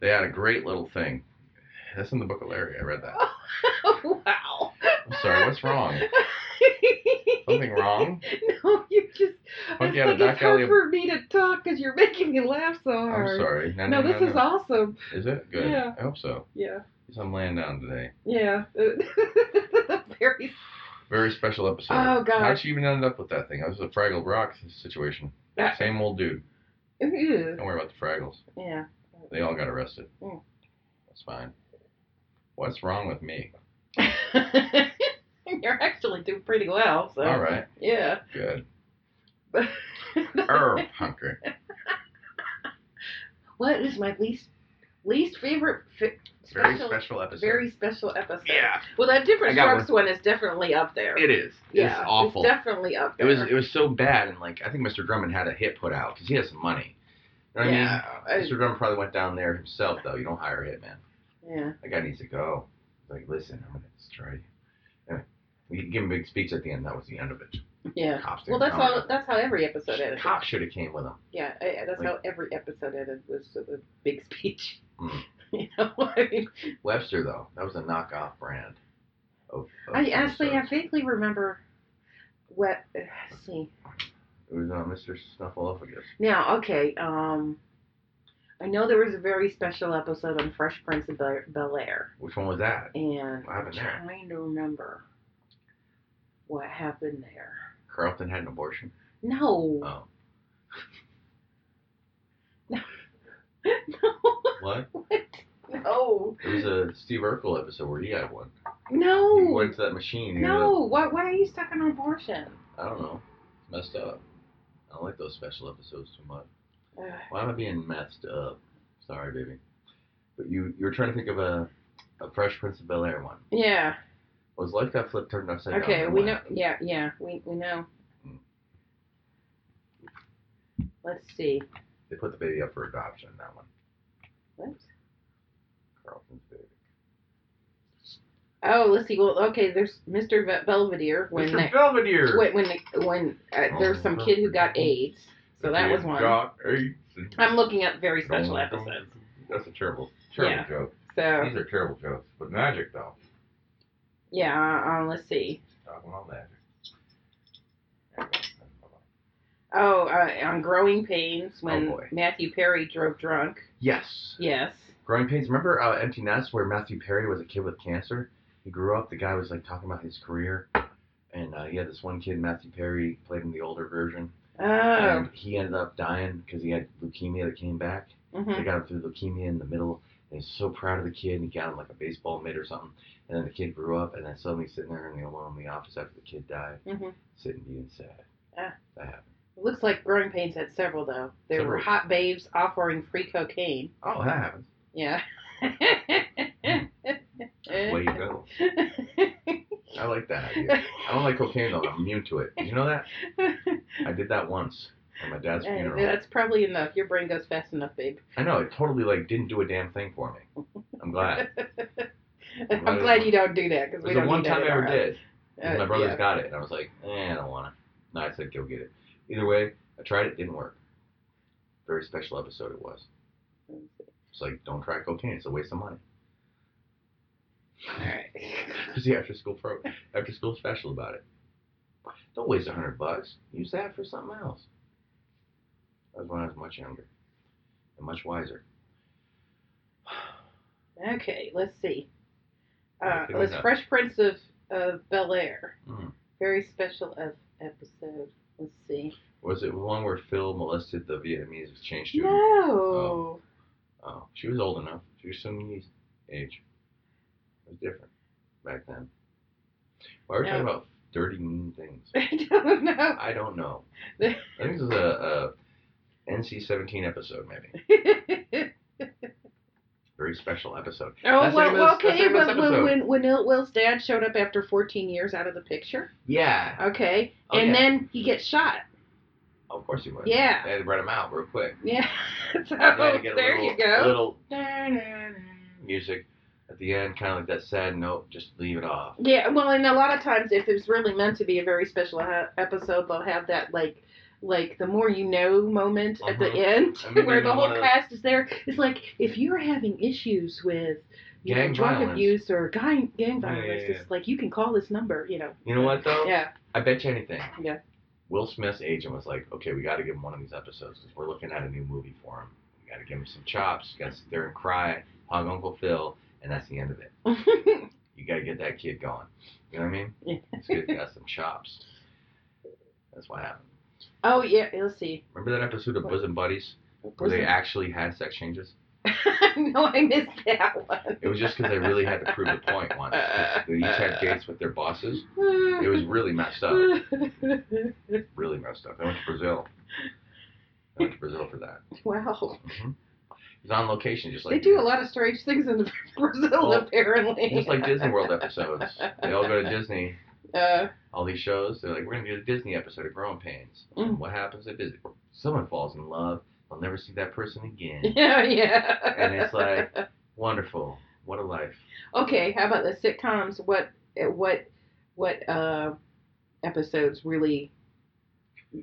[SPEAKER 2] They had a great little thing. That's in the book of Larry. I read that.
[SPEAKER 1] wow.
[SPEAKER 2] I'm sorry. What's wrong? Something wrong?
[SPEAKER 1] No, you just.
[SPEAKER 2] Punky
[SPEAKER 1] it's
[SPEAKER 2] had a
[SPEAKER 1] like it's
[SPEAKER 2] back
[SPEAKER 1] hard
[SPEAKER 2] alley.
[SPEAKER 1] for me to talk because you're making me laugh so
[SPEAKER 2] I'm
[SPEAKER 1] hard.
[SPEAKER 2] sorry.
[SPEAKER 1] No, this is awesome.
[SPEAKER 2] Is it good?
[SPEAKER 1] Yeah.
[SPEAKER 2] I hope so.
[SPEAKER 1] Yeah,
[SPEAKER 2] So I'm laying down today.
[SPEAKER 1] yeah. Very.
[SPEAKER 2] Very special episode.
[SPEAKER 1] Oh, God.
[SPEAKER 2] How'd she even end up with that thing? That was a Fraggle Rock situation. Same old dude.
[SPEAKER 1] Ew.
[SPEAKER 2] Don't worry about the Fraggles.
[SPEAKER 1] Yeah.
[SPEAKER 2] They all got arrested.
[SPEAKER 1] Mm.
[SPEAKER 2] That's fine. What's wrong with me?
[SPEAKER 1] You're actually doing pretty well, so
[SPEAKER 2] All right.
[SPEAKER 1] yeah.
[SPEAKER 2] Good. Err, punker.
[SPEAKER 1] what is my least least favorite fi-
[SPEAKER 2] Very
[SPEAKER 1] special,
[SPEAKER 2] special episode.
[SPEAKER 1] very special episode?
[SPEAKER 2] yeah,
[SPEAKER 1] Well, that
[SPEAKER 2] I
[SPEAKER 1] different
[SPEAKER 2] got
[SPEAKER 1] strokes one. is definitely up there.
[SPEAKER 2] it is.
[SPEAKER 1] yeah,
[SPEAKER 2] it's awful.
[SPEAKER 1] definitely up
[SPEAKER 2] it
[SPEAKER 1] there.
[SPEAKER 2] was it was so bad, and like I think Mr. Drummond had a hit put out because he has some money. You know what
[SPEAKER 1] yeah.
[SPEAKER 2] I mean?
[SPEAKER 1] I-
[SPEAKER 2] Mr. Drummond probably went down there himself, though. You don't hire a hitman.
[SPEAKER 1] yeah.
[SPEAKER 2] That guy needs to go. He's like, listen, I'm gonna destroy you. Anyway, we give him a big speech at the end. That was the end of it.
[SPEAKER 1] Yeah.
[SPEAKER 2] Cops.
[SPEAKER 1] Well,
[SPEAKER 2] didn't
[SPEAKER 1] that's
[SPEAKER 2] come.
[SPEAKER 1] how that's how every episode ended.
[SPEAKER 2] Cops should have came with him.
[SPEAKER 1] Yeah, I, I- that's
[SPEAKER 2] Like-
[SPEAKER 1] how every episode ended was a a big speech.
[SPEAKER 2] Mm.
[SPEAKER 1] you know, I, mean,
[SPEAKER 2] Webster though, that was a knockoff brand. Of, of
[SPEAKER 1] I actually I
[SPEAKER 2] Webster's.
[SPEAKER 1] vaguely remember what. uh, let's see
[SPEAKER 2] It was uh, Mr. Snuffleupagus.
[SPEAKER 1] now, okay. Um, I know there was a very special episode on Fresh Prince of Bel Air,
[SPEAKER 2] Which one was that?
[SPEAKER 1] and
[SPEAKER 2] What happened there?
[SPEAKER 1] I'm trying to remember what happened there.
[SPEAKER 2] Carlton had an abortion.
[SPEAKER 1] No,
[SPEAKER 2] Oh,
[SPEAKER 1] no,
[SPEAKER 2] Oh. what?
[SPEAKER 1] no,
[SPEAKER 2] It was a Steve Urkel episode where he had one. He
[SPEAKER 1] no,
[SPEAKER 2] went to that machine. he was
[SPEAKER 1] no. Why, why are you stuck on abortion?
[SPEAKER 2] like, I don't know. It's messed up. I don't like those special episodes too much.
[SPEAKER 1] Ugh.
[SPEAKER 2] Why am I being messed up? Sorry, baby. But you you were trying to think of a a Fresh Prince of Bel Air one.
[SPEAKER 1] yeah.
[SPEAKER 2] Was Life Got Flipped turned upside down?
[SPEAKER 1] Okay,
[SPEAKER 2] and
[SPEAKER 1] we
[SPEAKER 2] why?
[SPEAKER 1] know. Yeah, yeah, we, we know.
[SPEAKER 2] Mm.
[SPEAKER 1] Let's see.
[SPEAKER 2] They put the baby up for adoption. That one.
[SPEAKER 1] What?
[SPEAKER 2] Carlton's baby.
[SPEAKER 1] Oh, let's see. Well, okay. There's Mr. Ve- Belvedere when
[SPEAKER 2] Mr.
[SPEAKER 1] that
[SPEAKER 2] Belvedere.
[SPEAKER 1] when when, the- when
[SPEAKER 2] Oh
[SPEAKER 1] uh, there's some kid who got AIDS. So that was
[SPEAKER 2] You've
[SPEAKER 1] one.
[SPEAKER 2] got eight.
[SPEAKER 1] I'm looking up very special episodes.
[SPEAKER 2] That's a terrible, Oh terrible
[SPEAKER 1] Yeah.
[SPEAKER 2] joke.
[SPEAKER 1] So
[SPEAKER 2] These are terrible jokes, but magic though.
[SPEAKER 1] yeah, uh, let's see.
[SPEAKER 2] Talking about magic.
[SPEAKER 1] Oh, uh, on Growing Pains when
[SPEAKER 2] Oh, boy.
[SPEAKER 1] Matthew Perry drove drunk.
[SPEAKER 2] Yes.
[SPEAKER 1] Yes.
[SPEAKER 2] Growing pains. Remember uh, Empty Nest where Matthew Perry was a kid with cancer? He grew up. The guy was like talking about his career, and uh, he had this one kid, Matthew Perry, played in the older version,
[SPEAKER 1] Oh.
[SPEAKER 2] and he ended up dying because he had leukemia that came back.
[SPEAKER 1] mhm.
[SPEAKER 2] They got him through leukemia in the middle, and he's so proud of the kid. And he got him like a baseball mitt or something. And then the kid grew up, and then suddenly he's sitting there in the alone in the office after the kid died,
[SPEAKER 1] Mhm.
[SPEAKER 2] sitting being sad.
[SPEAKER 1] Ah.
[SPEAKER 2] That happened.
[SPEAKER 1] Looks like Growing Pains had several though. There were
[SPEAKER 2] Several.
[SPEAKER 1] hot babes offering free cocaine.
[SPEAKER 2] Oh, that happens.
[SPEAKER 1] Yeah.
[SPEAKER 2] Hmm. That's way you go.
[SPEAKER 1] Eh.
[SPEAKER 2] I like that idea. I don't like cocaine though. I'm immune to it. Did You know that? I did that once at my dad's
[SPEAKER 1] Hey,
[SPEAKER 2] funeral.
[SPEAKER 1] That's probably enough. Your brain goes fast enough, babe.
[SPEAKER 2] I know it totally like didn't do a damn thing for me. I'm glad.
[SPEAKER 1] I'm
[SPEAKER 2] Right.
[SPEAKER 1] glad you don't do that
[SPEAKER 2] It
[SPEAKER 1] because we
[SPEAKER 2] was the
[SPEAKER 1] don't
[SPEAKER 2] one
[SPEAKER 1] need
[SPEAKER 2] time
[SPEAKER 1] that
[SPEAKER 2] I
[SPEAKER 1] in
[SPEAKER 2] ever
[SPEAKER 1] our
[SPEAKER 2] did.
[SPEAKER 1] house.
[SPEAKER 2] my
[SPEAKER 1] Uh,
[SPEAKER 2] brother's
[SPEAKER 1] yeah.
[SPEAKER 2] got it, and I was like, eh, I don't want it. No, I said, go get it. Either way, I tried it, didn't work. Very special episode it was. It's like, don't try cocaine, it's a waste of money.
[SPEAKER 1] All right.
[SPEAKER 2] It's the after school pro, after school special about it. Don't waste a hundred bucks. Use that for something else. That was when I was much younger and much wiser.
[SPEAKER 1] Okay, let's see.
[SPEAKER 2] Yeah,
[SPEAKER 1] Uh,
[SPEAKER 2] pick
[SPEAKER 1] it was
[SPEAKER 2] it up.
[SPEAKER 1] Fresh Prince of, of Bel Air.
[SPEAKER 2] Mm.
[SPEAKER 1] Very special ep- episode. Let's see.
[SPEAKER 2] Was it the one where Phil molested the Vietnamese exchange student?
[SPEAKER 1] No.
[SPEAKER 2] Oh, she was old enough. She was Sunni's age. It was different back then. Why are we talking
[SPEAKER 1] No.
[SPEAKER 2] about dirty, mean things?
[SPEAKER 1] I don't know.
[SPEAKER 2] I don't know. I think this is a, a NC-17 episode, maybe. Very special episode.
[SPEAKER 1] oh
[SPEAKER 2] That's like
[SPEAKER 1] well, well,
[SPEAKER 2] this- that's
[SPEAKER 1] okay,
[SPEAKER 2] like this
[SPEAKER 1] but when
[SPEAKER 2] episode.
[SPEAKER 1] when, when Il- Will's dad showed up after 14 years out of the picture,
[SPEAKER 2] Yeah.
[SPEAKER 1] okay,
[SPEAKER 2] Oh,
[SPEAKER 1] and
[SPEAKER 2] yeah.
[SPEAKER 1] then he gets shot.
[SPEAKER 2] Of course you would.
[SPEAKER 1] Yeah.
[SPEAKER 2] They had to run him out real quick.
[SPEAKER 1] Yeah. So
[SPEAKER 2] They had to get a
[SPEAKER 1] there
[SPEAKER 2] little,
[SPEAKER 1] you go.
[SPEAKER 2] a little music at the end, kind of like that sad note. Just leave it off.
[SPEAKER 1] Yeah, well, and a lot of times, if it's really meant to be a very special ha- episode, they'll have that like, like the more you know moment at the
[SPEAKER 2] Mhm.
[SPEAKER 1] end,
[SPEAKER 2] I mean,
[SPEAKER 1] where the
[SPEAKER 2] even
[SPEAKER 1] whole
[SPEAKER 2] one of-
[SPEAKER 1] cast is there. It's like if you're having issues with you know,
[SPEAKER 2] Gang
[SPEAKER 1] drug
[SPEAKER 2] violence.
[SPEAKER 1] abuse or gang
[SPEAKER 2] Yeah,
[SPEAKER 1] gang
[SPEAKER 2] yeah,
[SPEAKER 1] violence,
[SPEAKER 2] yeah. Oh.
[SPEAKER 1] it's like you can call this number. You know.
[SPEAKER 2] You know what though?
[SPEAKER 1] Yeah.
[SPEAKER 2] I bet you anything.
[SPEAKER 1] Yeah.
[SPEAKER 2] Will Smith's agent was like, okay, we got to give him one of these episodes because we're looking at a new movie for him. We got to give him some chops. You got to sit there and cry, hug Uncle Phil, and that's the end of it. You got to get that kid going. You know what I mean?
[SPEAKER 1] Yeah.
[SPEAKER 2] This kid's got some chops. That's what happened.
[SPEAKER 1] oh yeah, let's see.
[SPEAKER 2] Remember that episode of
[SPEAKER 1] What?
[SPEAKER 2] Bosom Buddies where they actually had sex changes?
[SPEAKER 1] no, I missed that one.
[SPEAKER 2] It was just because they really had to prove a point once. 'cause They each had dates with their bosses. It was really messed up. Really messed up. They went to Brazil. They went to Brazil for that.
[SPEAKER 1] wow.
[SPEAKER 2] hmm He's on location, just like
[SPEAKER 1] they do a lot of strange things in Brazil,
[SPEAKER 2] Well,
[SPEAKER 1] apparently.
[SPEAKER 2] just like Disney World episodes. They all go to Disney.
[SPEAKER 1] Uh,
[SPEAKER 2] All these shows, they're like, we're gonna do a Disney episode of Growing Pains. And
[SPEAKER 1] Mm.
[SPEAKER 2] what happens at Disney? Someone falls in love. They'll never see that person again.
[SPEAKER 1] yeah, yeah.
[SPEAKER 2] and it's like, wonderful. What a life.
[SPEAKER 1] okay, how about the sitcoms? What, eh, what, what uh, episodes really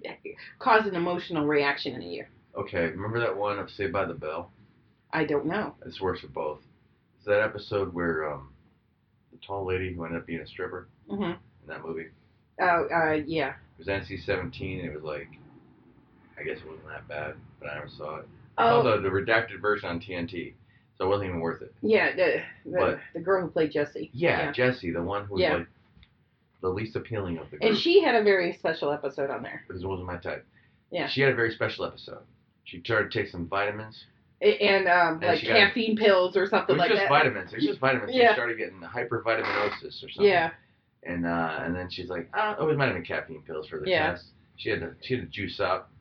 [SPEAKER 1] eh, cause an emotional reaction in you?
[SPEAKER 2] Okay, remember that one of Saved by the Bell?
[SPEAKER 1] I don't know.
[SPEAKER 2] This works for both. It's that episode where um, the tall lady who ended up being a stripper
[SPEAKER 1] hmm
[SPEAKER 2] in that movie.
[SPEAKER 1] Oh, uh, yeah.
[SPEAKER 2] It was NC-17. and It was like, I guess it wasn't that bad, but I never saw it. I saw
[SPEAKER 1] Oh,
[SPEAKER 2] the, the redacted version on TNT, so it wasn't even worth it.
[SPEAKER 1] yeah. The, the,
[SPEAKER 2] What?
[SPEAKER 1] the girl who played Jessie.
[SPEAKER 2] Yeah,
[SPEAKER 1] Yeah.
[SPEAKER 2] Jessie, the one who was
[SPEAKER 1] Yeah.
[SPEAKER 2] like the least appealing of the group,
[SPEAKER 1] And she had a very special episode on there.
[SPEAKER 2] because it wasn't my type.
[SPEAKER 1] Yeah.
[SPEAKER 2] She had a very special episode. She tried to take some vitamins.
[SPEAKER 1] A- And, um,
[SPEAKER 2] And
[SPEAKER 1] like
[SPEAKER 2] she got a-
[SPEAKER 1] caffeine pills or
[SPEAKER 2] It
[SPEAKER 1] something
[SPEAKER 2] was
[SPEAKER 1] like
[SPEAKER 2] just
[SPEAKER 1] that.
[SPEAKER 2] vitamins. It was just vitamins.
[SPEAKER 1] Yeah.
[SPEAKER 2] She started getting hypervitaminosis or something.
[SPEAKER 1] Yeah.
[SPEAKER 2] And uh, and then she's like, ah, oh, it might have been caffeine pills for the
[SPEAKER 1] Yeah.
[SPEAKER 2] test. She had to she had to juice up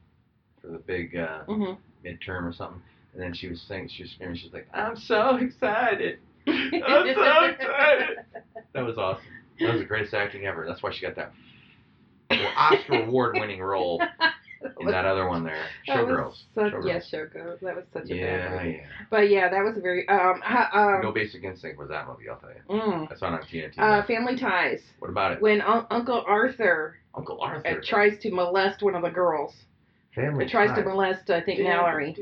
[SPEAKER 2] for the big uh,
[SPEAKER 1] hmm
[SPEAKER 2] midterm or something. And then she was saying, she was screaming, she's like, I'm so excited. I'm so excited. That was awesome. That was the greatest acting ever. That's why she got that Oscar award winning role in that other one there.
[SPEAKER 1] That was
[SPEAKER 2] Showgirls.
[SPEAKER 1] Such,
[SPEAKER 2] Showgirls.
[SPEAKER 1] yeah, Showgirls. That was such a bad
[SPEAKER 2] yeah,
[SPEAKER 1] movie.
[SPEAKER 2] yeah.
[SPEAKER 1] But yeah, that was a very um uh, um
[SPEAKER 2] no Basic Instinct was that movie, I'll tell you.
[SPEAKER 1] mm,
[SPEAKER 2] I saw it on TNT.
[SPEAKER 1] uh, Family Ties
[SPEAKER 2] what about it?
[SPEAKER 1] when un- Uncle Arthur
[SPEAKER 2] Uncle
[SPEAKER 1] uh,
[SPEAKER 2] Arthur. Oh
[SPEAKER 1] tries to molest one of the girls.
[SPEAKER 2] Family
[SPEAKER 1] He tries to
[SPEAKER 2] Ties.
[SPEAKER 1] molest I think Mallory.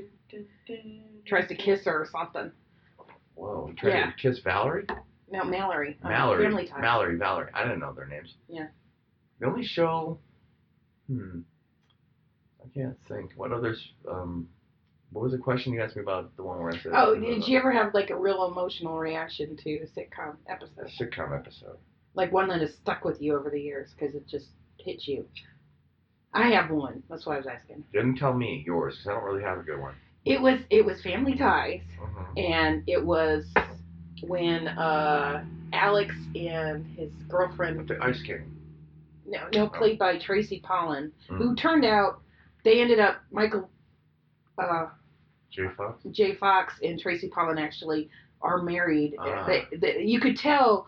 [SPEAKER 1] Tries to kiss her or something.
[SPEAKER 2] Whoa, he tried
[SPEAKER 1] Yeah.
[SPEAKER 2] to kiss Valerie?
[SPEAKER 1] No, Mallory. Uh,
[SPEAKER 2] Mallory.
[SPEAKER 1] Family Ties.
[SPEAKER 2] Mallory, Valerie. I didn't know their names.
[SPEAKER 1] Yeah.
[SPEAKER 2] The only show. Hmm. I can't think. What others? Um, what was the question you asked me about the one where I said?
[SPEAKER 1] Oh, did you ever have like a real emotional reaction to a sitcom
[SPEAKER 2] A
[SPEAKER 1] episode?
[SPEAKER 2] sitcom episode.
[SPEAKER 1] Like one that has stuck with you over the years because it just hits you. I have one. That's why I was asking.
[SPEAKER 2] Didn't tell me yours because I don't really have a good one.
[SPEAKER 1] It was it was Family Ties.
[SPEAKER 2] Mhm.
[SPEAKER 1] and it was when uh, Alex and his
[SPEAKER 2] With
[SPEAKER 1] girlfriend,
[SPEAKER 2] the ice king.
[SPEAKER 1] no, no, played by Tracy Pollan, who
[SPEAKER 2] Mhm.
[SPEAKER 1] turned out they ended up Michael uh,
[SPEAKER 2] Jay Fox.
[SPEAKER 1] J. Fox and Tracy Pollan actually are married.
[SPEAKER 2] Ah.
[SPEAKER 1] They, they, you could tell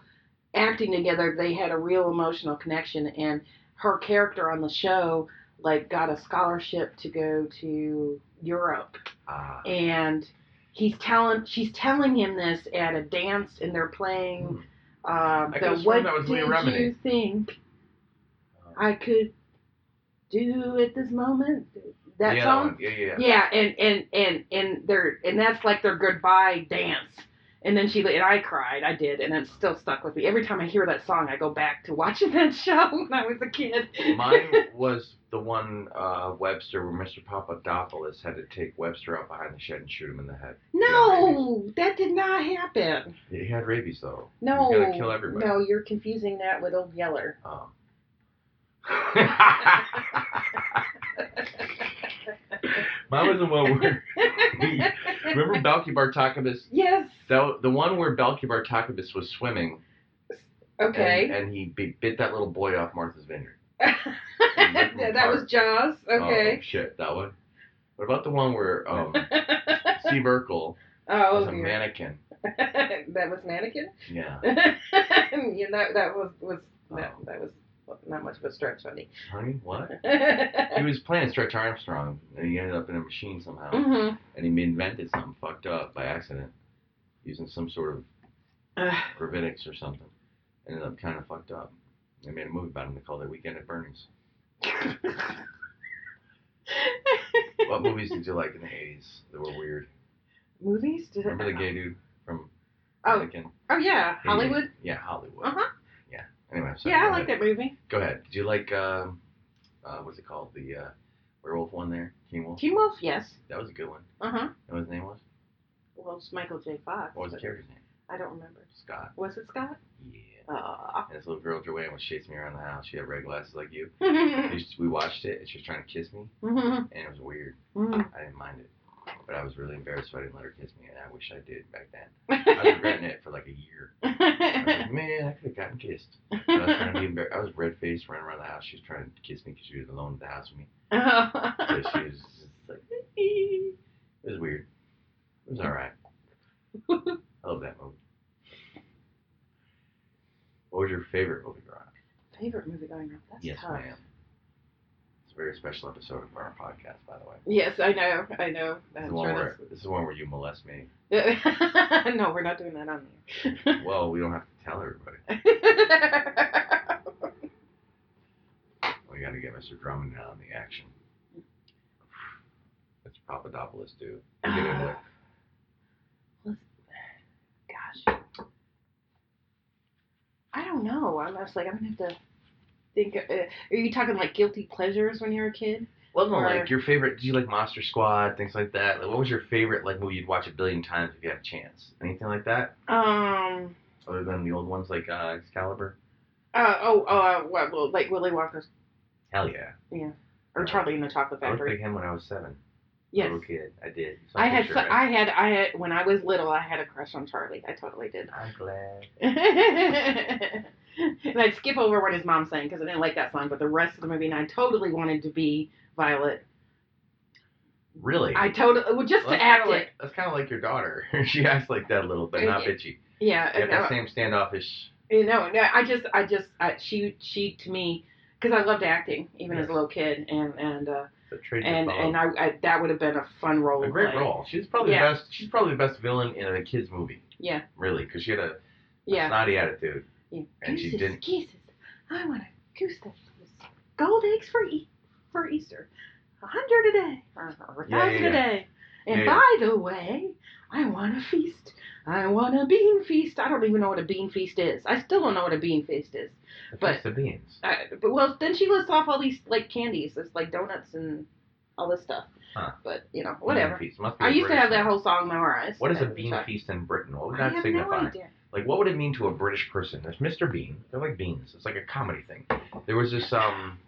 [SPEAKER 1] acting together they had a real emotional connection, and her character on the show like got a scholarship to go to Europe
[SPEAKER 2] Ah.
[SPEAKER 1] and he's telling she's telling him this at a dance and they're playing
[SPEAKER 2] Hmm.
[SPEAKER 1] um
[SPEAKER 2] I
[SPEAKER 1] the
[SPEAKER 2] could've sworn
[SPEAKER 1] what
[SPEAKER 2] that was Leah
[SPEAKER 1] did
[SPEAKER 2] Remini.
[SPEAKER 1] you think i could do at this moment that
[SPEAKER 2] yeah,
[SPEAKER 1] song
[SPEAKER 2] one. Yeah, yeah. yeah.
[SPEAKER 1] yeah and and and and they're and that's like their goodbye dance and then she and i cried i did and it still stuck with me every time i hear that song i go back to watching that show when i was a kid
[SPEAKER 2] Mine was the one uh, Webster where Mr. Papadopoulos had to take Webster out behind the shed and shoot him in the head.
[SPEAKER 1] no that did not happen
[SPEAKER 2] He had rabies though.
[SPEAKER 1] no
[SPEAKER 2] He's gonna kill everybody.
[SPEAKER 1] no you're confusing that with old yeller
[SPEAKER 2] Um. Mine was the one where remember Balky Bartakibus?
[SPEAKER 1] yes.
[SPEAKER 2] That wa- the one where Balky Bartakibus was swimming. and-
[SPEAKER 1] Okay.
[SPEAKER 2] And, he bit, bit that little boy off Martha's Vineyard.
[SPEAKER 1] that that was Jaws.
[SPEAKER 2] Oh,
[SPEAKER 1] Okay.
[SPEAKER 2] shit, that one. What about the one where um, Steve Urkel
[SPEAKER 1] Oh,
[SPEAKER 2] was a
[SPEAKER 1] dear.
[SPEAKER 2] mannequin?
[SPEAKER 1] that was mannequin.
[SPEAKER 2] Yeah.
[SPEAKER 1] yeah, that that was was that,
[SPEAKER 2] Oh.
[SPEAKER 1] that was not much of a stretch, honey.
[SPEAKER 2] Honey, what? He
[SPEAKER 1] mm-hmm.
[SPEAKER 2] was playing Stretch Armstrong, and he ended up in a machine somehow.
[SPEAKER 1] Mm. Mm-hmm.
[SPEAKER 2] And he invented something fucked up by accident, using some sort of gravitics or something. Ended up kind of fucked up. They made a movie about him. They called it Weekend at Bernie's. What movies did you like in the eighties that were weird?
[SPEAKER 1] Movies? Did
[SPEAKER 2] Remember the gay dude from
[SPEAKER 1] Oh.
[SPEAKER 2] Mannequin?
[SPEAKER 1] Oh yeah,
[SPEAKER 2] He-
[SPEAKER 1] Hollywood.
[SPEAKER 2] Yeah, Hollywood.
[SPEAKER 1] Uh-huh.
[SPEAKER 2] Yeah. Anyway, I'm sorry.
[SPEAKER 1] Yeah, I
[SPEAKER 2] go
[SPEAKER 1] like
[SPEAKER 2] ahead.
[SPEAKER 1] that movie.
[SPEAKER 2] Go ahead. Did you like um, uh, what's it called? The uh, werewolf one there, Teen Wolf.
[SPEAKER 1] Teen Wolf, yes.
[SPEAKER 2] That was a good one.
[SPEAKER 1] Uh huh.
[SPEAKER 2] You know what his name was?
[SPEAKER 1] Well, it's Michael J. Fox.
[SPEAKER 2] What was the
[SPEAKER 1] but
[SPEAKER 2] character's name?
[SPEAKER 1] I don't remember.
[SPEAKER 2] Scott.
[SPEAKER 1] Was it Scott?
[SPEAKER 2] Yeah.
[SPEAKER 1] Aw.
[SPEAKER 2] And this little girl, Joanne, was chasing me around the house. She had red glasses like you. We just- we watched it, and she was trying to kiss me,
[SPEAKER 1] Mhm.
[SPEAKER 2] and it was weird.
[SPEAKER 1] Mhm.
[SPEAKER 2] I didn't mind it, but I was really embarrassed, so I didn't let her kiss me, and I wish I did back then. I was regretting it for like a year. I was like, man, I could have gotten kissed. But I was trying to be embarrassed. I was red faced, running around the house. She was trying to kiss me because she was alone at the house with me. But she was just like, it was weird. It was all right. I love that movie. What was your favorite movie growing up?
[SPEAKER 1] Favorite movie going on? That's
[SPEAKER 2] Yes,
[SPEAKER 1] tough.
[SPEAKER 2] ma'am. It's a very special episode of our podcast, by the way.
[SPEAKER 1] Yes, I know. I know.
[SPEAKER 2] This is,
[SPEAKER 1] I'm
[SPEAKER 2] one
[SPEAKER 1] sure
[SPEAKER 2] where, this is one where you molest me.
[SPEAKER 1] that's... no, we're not doing that on there.
[SPEAKER 2] well, we don't have to tell everybody. We got to get Mr. Drummond out in the action. That's Papadopoulos, dude. We get into it.
[SPEAKER 1] Gosh. I don't know. I'm just like, I'm going to have to think. Uh, are you talking like guilty pleasures when you're a kid?
[SPEAKER 2] Well, no,
[SPEAKER 1] Or-
[SPEAKER 2] like your favorite. Do you like Monster Squad, things like that? Like, what was your favorite like movie you'd watch a billion times if you had a chance? Anything like that,
[SPEAKER 1] Um.
[SPEAKER 2] other than the old ones like uh, Excalibur?
[SPEAKER 1] Uh, oh, uh, what, well, like Willy Wonka's
[SPEAKER 2] Hell yeah!
[SPEAKER 1] or Charlie and the Chocolate
[SPEAKER 2] I looked
[SPEAKER 1] Factory.
[SPEAKER 2] like him when I was seven.
[SPEAKER 1] Yes.
[SPEAKER 2] Little kid, I did. You saw
[SPEAKER 1] I
[SPEAKER 2] a
[SPEAKER 1] had,
[SPEAKER 2] picture,
[SPEAKER 1] so-
[SPEAKER 2] right?
[SPEAKER 1] I had, I had, when I was little, I had a crush on Charlie. I totally did.
[SPEAKER 2] I'm glad.
[SPEAKER 1] and I'd skip over what his mom sang because I didn't like that song, but the rest of the movie, and I totally wanted to be Violet.
[SPEAKER 2] Really?
[SPEAKER 1] I totally, well, just
[SPEAKER 2] Well,
[SPEAKER 1] to
[SPEAKER 2] that's
[SPEAKER 1] act
[SPEAKER 2] kinda
[SPEAKER 1] it.
[SPEAKER 2] like, That's kind of like your daughter. she acts like that a little, but not
[SPEAKER 1] Yeah.
[SPEAKER 2] bitchy.
[SPEAKER 1] Yeah,
[SPEAKER 2] You have
[SPEAKER 1] no,
[SPEAKER 2] that same standoffish.
[SPEAKER 1] you know, no, I just, I just, I, she, she to me, because I loved acting even as
[SPEAKER 2] Yes.
[SPEAKER 1] a little kid, and and uh,
[SPEAKER 2] The trait
[SPEAKER 1] and
[SPEAKER 2] of
[SPEAKER 1] and I, I that would have been a fun role.
[SPEAKER 2] a
[SPEAKER 1] to
[SPEAKER 2] great
[SPEAKER 1] play.
[SPEAKER 2] role. She's probably
[SPEAKER 1] Yeah.
[SPEAKER 2] the best. She's probably the best villain in a kids movie.
[SPEAKER 1] Yeah.
[SPEAKER 2] Really, because she had a, a
[SPEAKER 1] Yeah.
[SPEAKER 2] snotty attitude.
[SPEAKER 1] yeah.
[SPEAKER 2] and she
[SPEAKER 1] Gooses,
[SPEAKER 2] didn't-
[SPEAKER 1] Geeses, I want a goose that flies. gold eggs for e- for Easter, a hundred a day or, or a
[SPEAKER 2] Yeah, yeah,
[SPEAKER 1] thousand
[SPEAKER 2] yeah.
[SPEAKER 1] a day. And
[SPEAKER 2] Yeah,
[SPEAKER 1] by the way, I want a feast. I want a bean feast. I don't even know what a bean feast is. I still don't know what a bean feast is.
[SPEAKER 2] The
[SPEAKER 1] But-
[SPEAKER 2] Feast of beans.
[SPEAKER 1] I, but well, then she lists off all these like candies, it's like donuts and all this stuff.
[SPEAKER 2] Huh.
[SPEAKER 1] But you know, whatever.
[SPEAKER 2] Bean feast. Must be
[SPEAKER 1] I
[SPEAKER 2] a
[SPEAKER 1] used to
[SPEAKER 2] British
[SPEAKER 1] have that
[SPEAKER 2] thing.
[SPEAKER 1] whole song memorized.
[SPEAKER 2] What is a
[SPEAKER 1] as
[SPEAKER 2] bean
[SPEAKER 1] child.
[SPEAKER 2] feast in Britain? What would
[SPEAKER 1] I
[SPEAKER 2] that
[SPEAKER 1] have
[SPEAKER 2] signify?
[SPEAKER 1] no idea.
[SPEAKER 2] like, what would it mean to a British person? There's Mr. Bean. They're like beans. It's like a comedy thing. There was this um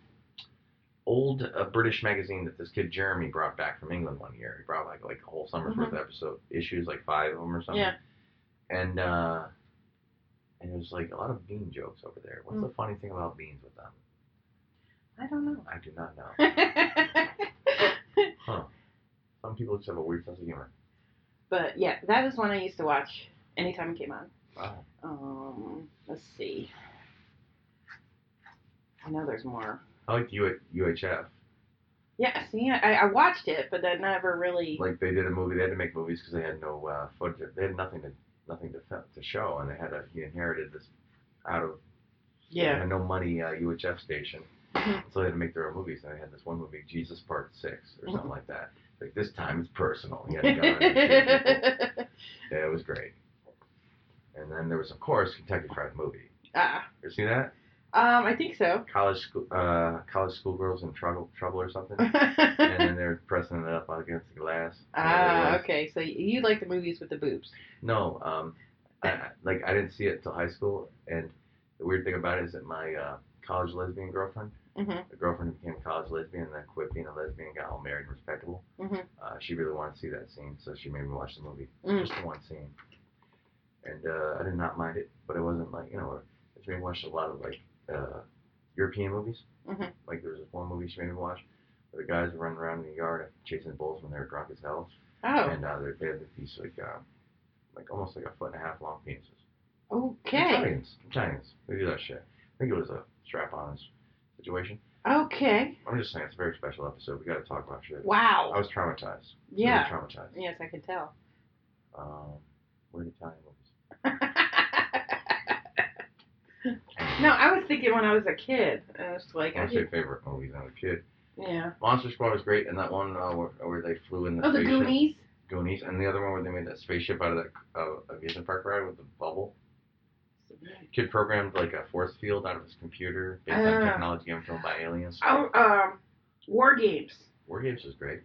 [SPEAKER 2] old uh, British magazine that this kid Jeremy brought back from England one year. He brought like like a whole summer's worth of episode issues, like five of them or something.
[SPEAKER 1] Yeah.
[SPEAKER 2] And uh, and it was like a lot of bean jokes over there. What's the funny thing about beans with them?
[SPEAKER 1] I don't know.
[SPEAKER 2] I do not know.
[SPEAKER 1] but
[SPEAKER 2] Some people just have a weird sense of humor.
[SPEAKER 1] yeah, that was one I used to watch anytime it came on.
[SPEAKER 2] Wow.
[SPEAKER 1] Um, let's see. I know there's more.
[SPEAKER 2] I like U- UHF.
[SPEAKER 1] Yeah, see, I, I watched it, but I never really.
[SPEAKER 2] like they did a movie. They had to make movies because they had no uh, footage. They had nothing to nothing to fi- to show, and they had a he inherited this out of
[SPEAKER 1] yeah.
[SPEAKER 2] no money uh, UHF station,
[SPEAKER 1] Mhm.
[SPEAKER 2] so they had to make their own movies. And they had this one movie, Jesus Part Six, or something like that. Like this time it's personal. He had a gun and he shot people. yeah, it was great. And then there was, of course, Kentucky Fried Movie.
[SPEAKER 1] Ah,
[SPEAKER 2] You see that?
[SPEAKER 1] um, I think so.
[SPEAKER 2] College school, uh, college schoolgirls in trouble, trouble or something. and
[SPEAKER 1] ah,
[SPEAKER 2] then they're pressing it up against the glass.
[SPEAKER 1] okay. So you like the movies with the boobs?
[SPEAKER 2] No, um, I, I- like I didn't see it till high school, and the weird thing about it is that my uh, college lesbian girlfriend.
[SPEAKER 1] Mm-hmm.
[SPEAKER 2] A girlfriend who became a college lesbian and then quit being a lesbian, got all married and respectable.
[SPEAKER 1] Mhm.
[SPEAKER 2] Uh, she really wanted to see that scene, so she made me watch the movie.
[SPEAKER 1] Mm.
[SPEAKER 2] Just the one scene. And uh, I did not mind it, but it wasn't like, you know, she made me watch a lot of like uh, European movies.
[SPEAKER 1] Mhm.
[SPEAKER 2] Like there was this one movie she made me watch where the guys were running around in the yard chasing bulls when they were drunk as hell.
[SPEAKER 1] Oh,
[SPEAKER 2] And uh, they they have these like uh, like almost like a foot and a half long penises.
[SPEAKER 1] okay,
[SPEAKER 2] Italians, Italians, they do that shit. I think it was a strap-on situation.
[SPEAKER 1] okay,
[SPEAKER 2] I'm just saying it's a very special episode. We got to talk about shit. I
[SPEAKER 1] wow,
[SPEAKER 2] was traumatized.
[SPEAKER 1] yeah,
[SPEAKER 2] Really traumatized.
[SPEAKER 1] yes, I can tell.
[SPEAKER 2] Um, weird Italian movies.
[SPEAKER 1] no, I was thinking when I was a kid, I was like, I
[SPEAKER 2] One of my
[SPEAKER 1] should,
[SPEAKER 2] favorite movies as a kid.
[SPEAKER 1] yeah.
[SPEAKER 2] Monster Squad was great, and that one uh, where, where they flew in the
[SPEAKER 1] Oh, the
[SPEAKER 2] spaceship.
[SPEAKER 1] Goonies.
[SPEAKER 2] Goonies, and the other one where they made that spaceship out of that uh, amusement park ride with the bubble. Kid programmed like a force field out of his computer based on
[SPEAKER 1] Ah.
[SPEAKER 2] technology controlled by aliens.
[SPEAKER 1] Oh, um, War Games.
[SPEAKER 2] War Games was great.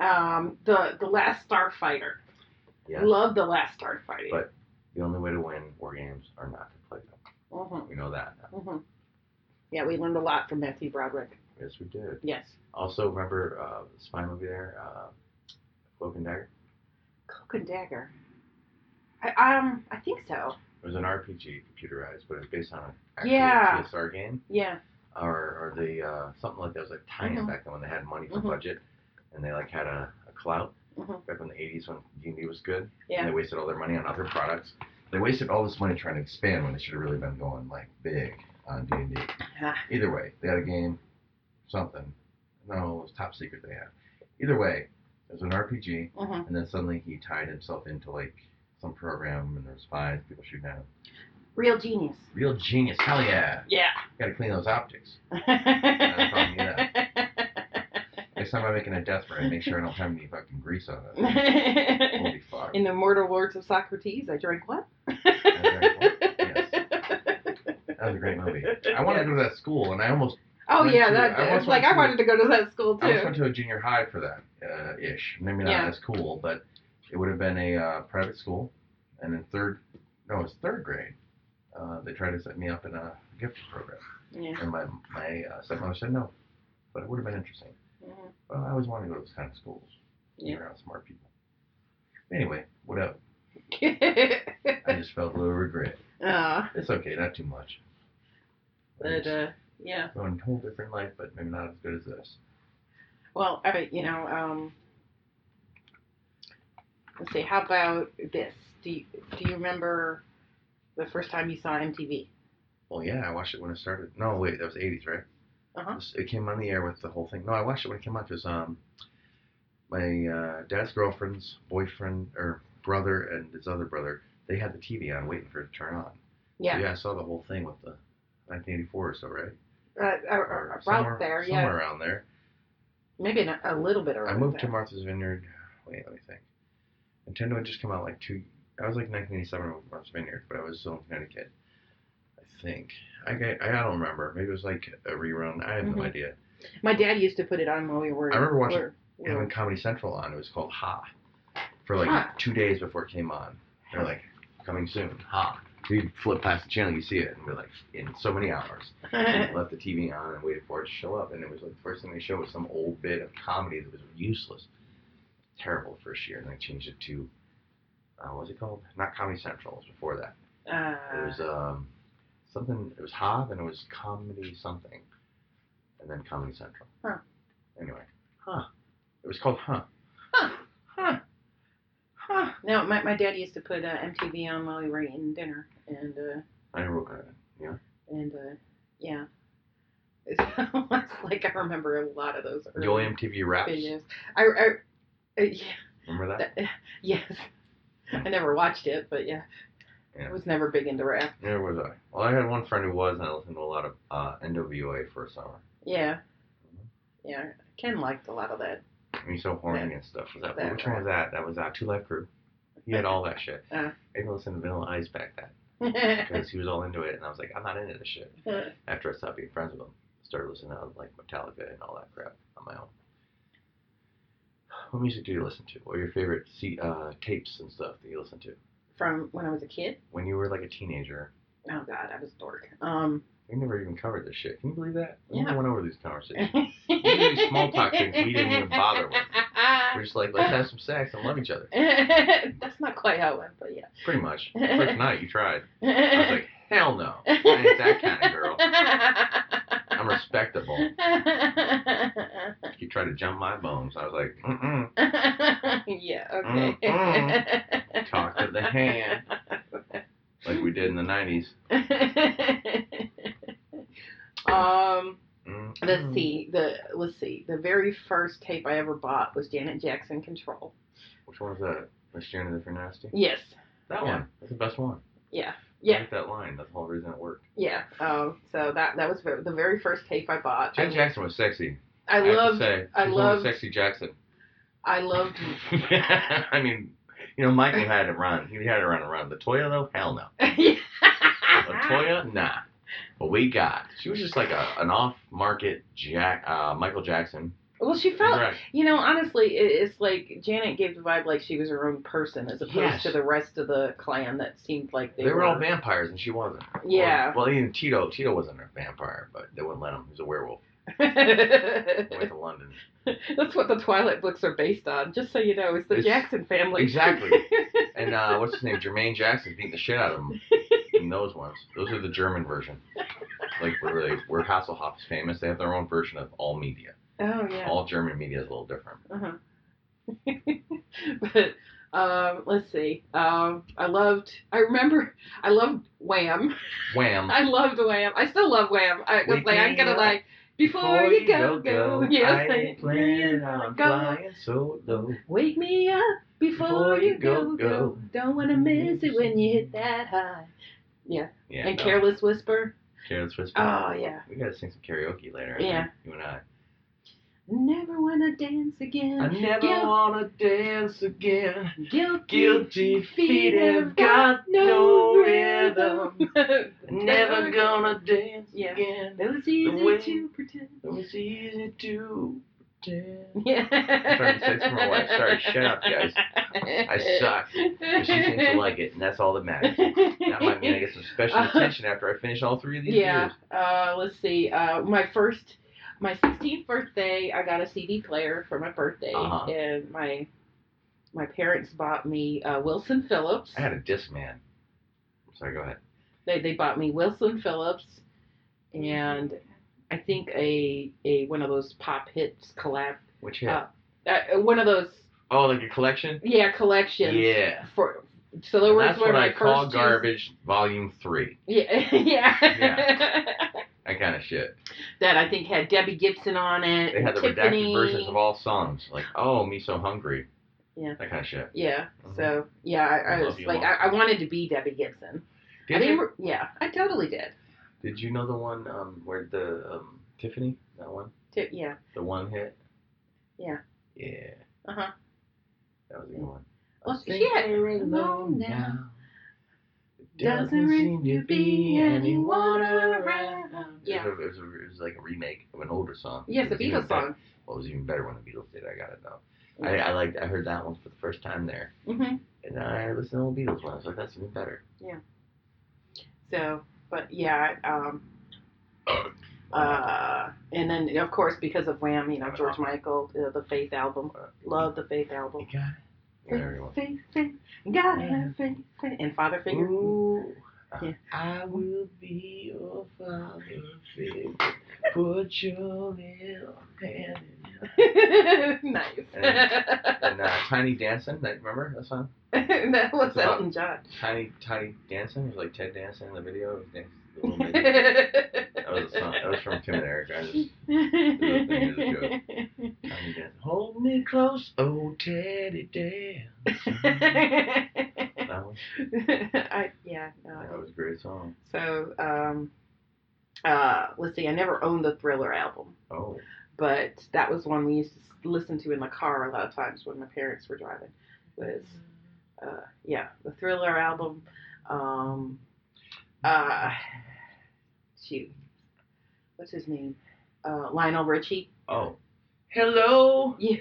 [SPEAKER 1] Um, the the Last Starfighter.
[SPEAKER 2] Yeah.
[SPEAKER 1] Love the Last Starfighter.
[SPEAKER 2] But- The only way to win war games are not to play them.
[SPEAKER 1] Mhm,
[SPEAKER 2] We know that. now.
[SPEAKER 1] mhm. Yeah, we learned a lot from Matthew Broderick.
[SPEAKER 2] Yes, we did.
[SPEAKER 1] Yes.
[SPEAKER 2] Also, remember uh, the spy movie there, uh, Cloak and Dagger.
[SPEAKER 1] Cloak and Dagger. I um, I think so.
[SPEAKER 2] It was an RPG, computerized, but it's based on an actual
[SPEAKER 1] Yeah.
[SPEAKER 2] TSR game
[SPEAKER 1] Yeah.
[SPEAKER 2] or or the uh, something like that. It was like tie-in
[SPEAKER 1] Mhm.
[SPEAKER 2] back then when they had money for
[SPEAKER 1] Mhm.
[SPEAKER 2] budget, and they like had a, a clout
[SPEAKER 1] Mhm.
[SPEAKER 2] back in the '80s when D&D was good.
[SPEAKER 1] Yeah.
[SPEAKER 2] And they wasted all their money on other products. They wasted all this money trying to expand when they should have really been going like big on D and D.
[SPEAKER 1] Ah.
[SPEAKER 2] Either way, they had a game, something. No, it was top secret they had. Either way, it was an RPG,
[SPEAKER 1] Mhm.
[SPEAKER 2] and then suddenly he tied himself into like some program, and there were spies, people shooting at him.
[SPEAKER 1] Real genius.
[SPEAKER 2] Real genius, hell yeah!
[SPEAKER 1] Yeah.
[SPEAKER 2] Got to clean those optics. probably, Next time I'm making a death ray, make sure I don't have any fucking grease on it. Holy fuck!
[SPEAKER 1] In the Mortal Words of Socrates, I drank what?
[SPEAKER 2] Yes. That was a great movie. I wanted to go to that school, and I almost
[SPEAKER 1] Oh
[SPEAKER 2] went
[SPEAKER 1] yeah,
[SPEAKER 2] to-
[SPEAKER 1] that
[SPEAKER 2] I
[SPEAKER 1] I
[SPEAKER 2] almost
[SPEAKER 1] like
[SPEAKER 2] went
[SPEAKER 1] I
[SPEAKER 2] to-
[SPEAKER 1] wanted to go to that school
[SPEAKER 2] I just
[SPEAKER 1] too.
[SPEAKER 2] went to a junior high for that uh, ish. Maybe not
[SPEAKER 1] Yeah.
[SPEAKER 2] as cool, but it would have been a uh, private school. And in third, no, it was third grade. Uh, they tried to set me up in a gift program,
[SPEAKER 1] Yeah.
[SPEAKER 2] and my my uh, stepmother said no, but it would have been interesting.
[SPEAKER 1] Mhm.
[SPEAKER 2] Well, I always wanted to go to those kind of schools.
[SPEAKER 1] Yeah.
[SPEAKER 2] You're around smart people. Anyway, what up? I
[SPEAKER 1] uh,
[SPEAKER 2] just felt a little regret. It's okay, not too much.
[SPEAKER 1] but uh, yeah.
[SPEAKER 2] Going a whole different life, but maybe not as good as this.
[SPEAKER 1] Well, uh, you know, um, let's see. How about this? Do you, do you remember the first time you saw MTV?
[SPEAKER 2] Well, yeah, I watched it when it started. No, wait, that was '80s, right?
[SPEAKER 1] Uh-huh.
[SPEAKER 2] This- It came on the air with the whole thing. No, I watched it when it came out because um, my uh, dad's girlfriend's boyfriend or brother and his other brother, they had the TV on waiting for it to turn on.
[SPEAKER 1] Yeah.
[SPEAKER 2] So, yeah, I saw the whole thing with the 1984 or so, right?
[SPEAKER 1] Uh, uh,
[SPEAKER 2] Or
[SPEAKER 1] about there, yeah.
[SPEAKER 2] Somewhere around there.
[SPEAKER 1] Maybe not, a little bit around.
[SPEAKER 2] I moved
[SPEAKER 1] there.
[SPEAKER 2] to Martha's Vineyard. Wait, let me think. Nintendo had just come out like two. I was like 1987 with Martha's Vineyard, but I was still in Connecticut. I think. I got, I don't remember. Maybe it was like a rerun. I have no
[SPEAKER 1] Mhm.
[SPEAKER 2] idea.
[SPEAKER 1] My dad used to put it on while we were.
[SPEAKER 2] I remember watching-
[SPEAKER 1] were- were-
[SPEAKER 2] Having Comedy Central on, it was called Ha, for like
[SPEAKER 1] Ha.
[SPEAKER 2] two days before it came on. They're like, coming soon, Ha. You flip past the channel, you see it, and we're like, in so many hours. And left the TV on and waited for it to show up, and it was like the first thing they showed was some old bit of comedy that was useless, terrible the first year, and they changed it to, uh, what was it called? Not Comedy Central. It was before that. It
[SPEAKER 1] Uh,
[SPEAKER 2] was um, something. It was Ha, and it was Comedy something, and then Comedy Central.
[SPEAKER 1] Huh.
[SPEAKER 2] Anyway, Huh. It was called Huh.
[SPEAKER 1] Huh.
[SPEAKER 2] Huh. Huh.
[SPEAKER 1] no, my, my dad used to put uh, MTV on while we were eating dinner, and uh,
[SPEAKER 2] I never woke up. Yeah.
[SPEAKER 1] and uh, yeah, so it's like I remember a lot of those
[SPEAKER 2] The
[SPEAKER 1] early
[SPEAKER 2] OMTV Raps.
[SPEAKER 1] videos. I, I uh, yeah,
[SPEAKER 2] Remember that?
[SPEAKER 1] that- yes, I never watched it, but yeah,
[SPEAKER 2] Yeah.
[SPEAKER 1] I was never big into rap.
[SPEAKER 2] Neither was I. Well, I had one friend who was, and I listened to a lot of uh, NWA for a summer.
[SPEAKER 1] Yeah, yeah, Ken liked a lot of that.
[SPEAKER 2] I mean, so horny and stuff. Was that,
[SPEAKER 1] That
[SPEAKER 2] which one was that? That was uh, Two Life Crew. He had all that shit.
[SPEAKER 1] Uh.
[SPEAKER 2] I even listened to Vanilla Ice back then because he was all into it, and I was like, I'm not into this shit. After I stopped being friends with him, started listening to like Metallica and all that crap on my own. What music do you listen to? What are your favorite C- uh, tapes and stuff that you listen to?
[SPEAKER 1] From when I was a kid.
[SPEAKER 2] When you were like a teenager,
[SPEAKER 1] Oh God, I was a dork. Um,
[SPEAKER 2] We never even covered this shit. Can you believe that? We never
[SPEAKER 1] Yeah.
[SPEAKER 2] went over these conversations.
[SPEAKER 1] Really
[SPEAKER 2] small talk things we didn't even bother with. We're just like, let's have some sex and love each other.
[SPEAKER 1] That's not quite how it went, but yeah.
[SPEAKER 2] Pretty much. First night, you tried. I was like, hell no. I ain't that kind of girl. I'm respectable. You tried to jump my bones. I was like, mm-mm.
[SPEAKER 1] yeah, okay.
[SPEAKER 2] Talk to the hand. Like we did in the 90s.
[SPEAKER 1] um,
[SPEAKER 2] Mm-mm.
[SPEAKER 1] let's see. The let's see. The very first tape I ever bought was Janet Jackson Control.
[SPEAKER 2] Which one was that? Miss Janet, if you're nasty?
[SPEAKER 1] Yes.
[SPEAKER 2] That
[SPEAKER 1] Yeah.
[SPEAKER 2] one. That's the best one.
[SPEAKER 1] Yeah.
[SPEAKER 2] I
[SPEAKER 1] Yeah.
[SPEAKER 2] like that line. That's the whole reason it worked.
[SPEAKER 1] Yeah. Um, so that that was ver- the very first tape I bought.
[SPEAKER 2] Janet Jackson was sexy.
[SPEAKER 1] I
[SPEAKER 2] have to
[SPEAKER 1] loved.
[SPEAKER 2] say.
[SPEAKER 1] I
[SPEAKER 2] She's the
[SPEAKER 1] loved-
[SPEAKER 2] only sexy Jackson.
[SPEAKER 1] I loved.
[SPEAKER 2] I mean, you know, Michael had it run. He had it run around. Latoya though, hell no.
[SPEAKER 1] Ah.
[SPEAKER 2] Latoya, nah. But we got. She was just like a, an off-market Jack, uh, Michael Jackson.
[SPEAKER 1] well, she
[SPEAKER 2] You're
[SPEAKER 1] felt
[SPEAKER 2] right.
[SPEAKER 1] You know, honestly, it, it's like Janet gave the vibe like she was her own person, as opposed
[SPEAKER 2] Yes.
[SPEAKER 1] to the rest of the clan that seemed like they,
[SPEAKER 2] They were all vampires, and she wasn't.
[SPEAKER 1] Yeah.
[SPEAKER 2] Well, even Tito. Tito wasn't a vampire, but they wouldn't let him. He was a werewolf. Went to London.
[SPEAKER 1] That's what the Twilight books are based on. Just so you know, it's the
[SPEAKER 2] It's-
[SPEAKER 1] Jackson family.
[SPEAKER 2] Exactly. And uh, what's his name? Jermaine Jackson beating the shit out of him in those ones. Those are the German version. Like where they where Hasselhoff is famous, they have their own version of all media.
[SPEAKER 1] oh yeah.
[SPEAKER 2] All German media is a little different.
[SPEAKER 1] Uh-huh. but um, let's see. Um, I loved. I remember. I loved Wham.
[SPEAKER 2] Wham.
[SPEAKER 1] I loved Wham. I still love Wham. I was
[SPEAKER 2] We
[SPEAKER 1] like, I'm gonna
[SPEAKER 2] can-
[SPEAKER 1] like before, you go go. Yes.
[SPEAKER 2] I ain't planning on
[SPEAKER 1] go.
[SPEAKER 2] flying solo.
[SPEAKER 1] Wake me up before,
[SPEAKER 2] Before
[SPEAKER 1] you go, go Don't wanna miss it when you hit that high.
[SPEAKER 2] Yeah,
[SPEAKER 1] and
[SPEAKER 2] no.
[SPEAKER 1] careless whisper.
[SPEAKER 2] Careless Whisper.
[SPEAKER 1] Oh yeah.
[SPEAKER 2] We gotta sing some karaoke later. I
[SPEAKER 1] Yeah.
[SPEAKER 2] think, You and I.
[SPEAKER 1] Never wanna dance again.
[SPEAKER 2] I never
[SPEAKER 1] Guilt-
[SPEAKER 2] wanna dance again.
[SPEAKER 1] guilty,
[SPEAKER 2] Guilty feet have got no rhythm. Never
[SPEAKER 1] Never
[SPEAKER 2] gonna dance
[SPEAKER 1] Yeah.
[SPEAKER 2] again.
[SPEAKER 1] That was easy
[SPEAKER 2] wind-
[SPEAKER 1] to pretend.
[SPEAKER 2] It was easy to pretend.
[SPEAKER 1] Yeah.
[SPEAKER 2] I'm trying to say to my wife, sorry, shut up, guys. I suck. But she seems to like it, and that's all that matters. Now I'm gonna get some special
[SPEAKER 1] Uh,
[SPEAKER 2] attention after I finish all three of these
[SPEAKER 1] Yeah.
[SPEAKER 2] years.
[SPEAKER 1] Uh, let's see. Uh, my first, my 16th birthday, I got a CD player for my birthday,
[SPEAKER 2] Uh-huh.
[SPEAKER 1] and my my parents bought me uh, Wilson Phillips.
[SPEAKER 2] I had a disc man. Sorry, go ahead.
[SPEAKER 1] They they bought me Wilson Phillips, and I think a a one of those pop hits collab,
[SPEAKER 2] Which hit?
[SPEAKER 1] Uh, uh, one of those
[SPEAKER 2] oh, like a collection?
[SPEAKER 1] yeah collections.
[SPEAKER 2] Yeah.
[SPEAKER 1] For so those
[SPEAKER 2] That's
[SPEAKER 1] were
[SPEAKER 2] what
[SPEAKER 1] my
[SPEAKER 2] I
[SPEAKER 1] first
[SPEAKER 2] call
[SPEAKER 1] two-
[SPEAKER 2] garbage volume three.
[SPEAKER 1] Yeah, yeah.
[SPEAKER 2] Yeah. That kind of shit.
[SPEAKER 1] that I think had Debbie Gibson on it.
[SPEAKER 2] They
[SPEAKER 1] and
[SPEAKER 2] had the redacted
[SPEAKER 1] Tiffany.
[SPEAKER 2] versions of all songs. Like, oh, me so hungry.
[SPEAKER 1] Yeah.
[SPEAKER 2] That kind of shit.
[SPEAKER 1] Yeah.
[SPEAKER 2] Mhm.
[SPEAKER 1] So yeah, I, I
[SPEAKER 2] I love
[SPEAKER 1] was
[SPEAKER 2] you,
[SPEAKER 1] like,
[SPEAKER 2] Mom.
[SPEAKER 1] I, I wanted to be Debbie Gibson. I
[SPEAKER 2] Did
[SPEAKER 1] think
[SPEAKER 2] you,
[SPEAKER 1] we're- yeah, I totally did.
[SPEAKER 2] did you know the one um, where the um, Tiffany, that one?
[SPEAKER 1] T- yeah.
[SPEAKER 2] The one hit?
[SPEAKER 1] Yeah.
[SPEAKER 2] Yeah.
[SPEAKER 1] Uh huh.
[SPEAKER 2] That was a good one.
[SPEAKER 1] Well,
[SPEAKER 2] I
[SPEAKER 1] she
[SPEAKER 2] think
[SPEAKER 1] had-
[SPEAKER 2] we're
[SPEAKER 1] alone now. Doesn't
[SPEAKER 2] seem
[SPEAKER 1] seem to be anyone around.
[SPEAKER 2] It
[SPEAKER 1] Yeah.
[SPEAKER 2] was, a- it, was a- it was like a remake of an older song.
[SPEAKER 1] Yes,
[SPEAKER 2] It
[SPEAKER 1] the
[SPEAKER 2] was even
[SPEAKER 1] Beatles song.
[SPEAKER 2] better- Well, it was even better when the Beatles did. I got it though. I, I liked. I heard that one for the first time there,
[SPEAKER 1] hmm
[SPEAKER 2] and I listened to the old Beatles one. I was like, that's even better.
[SPEAKER 1] So, but yeah, um,
[SPEAKER 2] Uh,
[SPEAKER 1] uh, and then of course because of Wham, you know George Michael, uh, the Faith album, love the Faith
[SPEAKER 2] You
[SPEAKER 1] album.
[SPEAKER 2] got it. Yeah, everyone.
[SPEAKER 1] Faith, faith, God have faith, faith, and Father Figure.
[SPEAKER 2] Ooh,
[SPEAKER 1] Yeah.
[SPEAKER 2] I will be your father figure. Put your little hand in mine.
[SPEAKER 1] nice.
[SPEAKER 2] And uh, Tiny Dancing, like, remember that song?
[SPEAKER 1] that was
[SPEAKER 2] It's about-
[SPEAKER 1] Elton John.
[SPEAKER 2] Tiny Tiny Dancing it was like Ted Dancing in the video. He danced the little baby. Oh That was a song. That was from Tim and Eric. I just Tiny Dancing. Hold me close, oh Teddy Dance. that one.
[SPEAKER 1] I, yeah,
[SPEAKER 2] That
[SPEAKER 1] no.
[SPEAKER 2] was a great song.
[SPEAKER 1] So, um, uh, let's see. I never owned the Thriller album,
[SPEAKER 2] Oh,
[SPEAKER 1] but that was one we used to s- listen to in the car a lot of times when my parents were driving. Was uh, yeah, the Thriller album. Um, uh, shoot, what's his name? Uh, Lionel Richie.
[SPEAKER 2] oh. Hello.
[SPEAKER 1] Yes.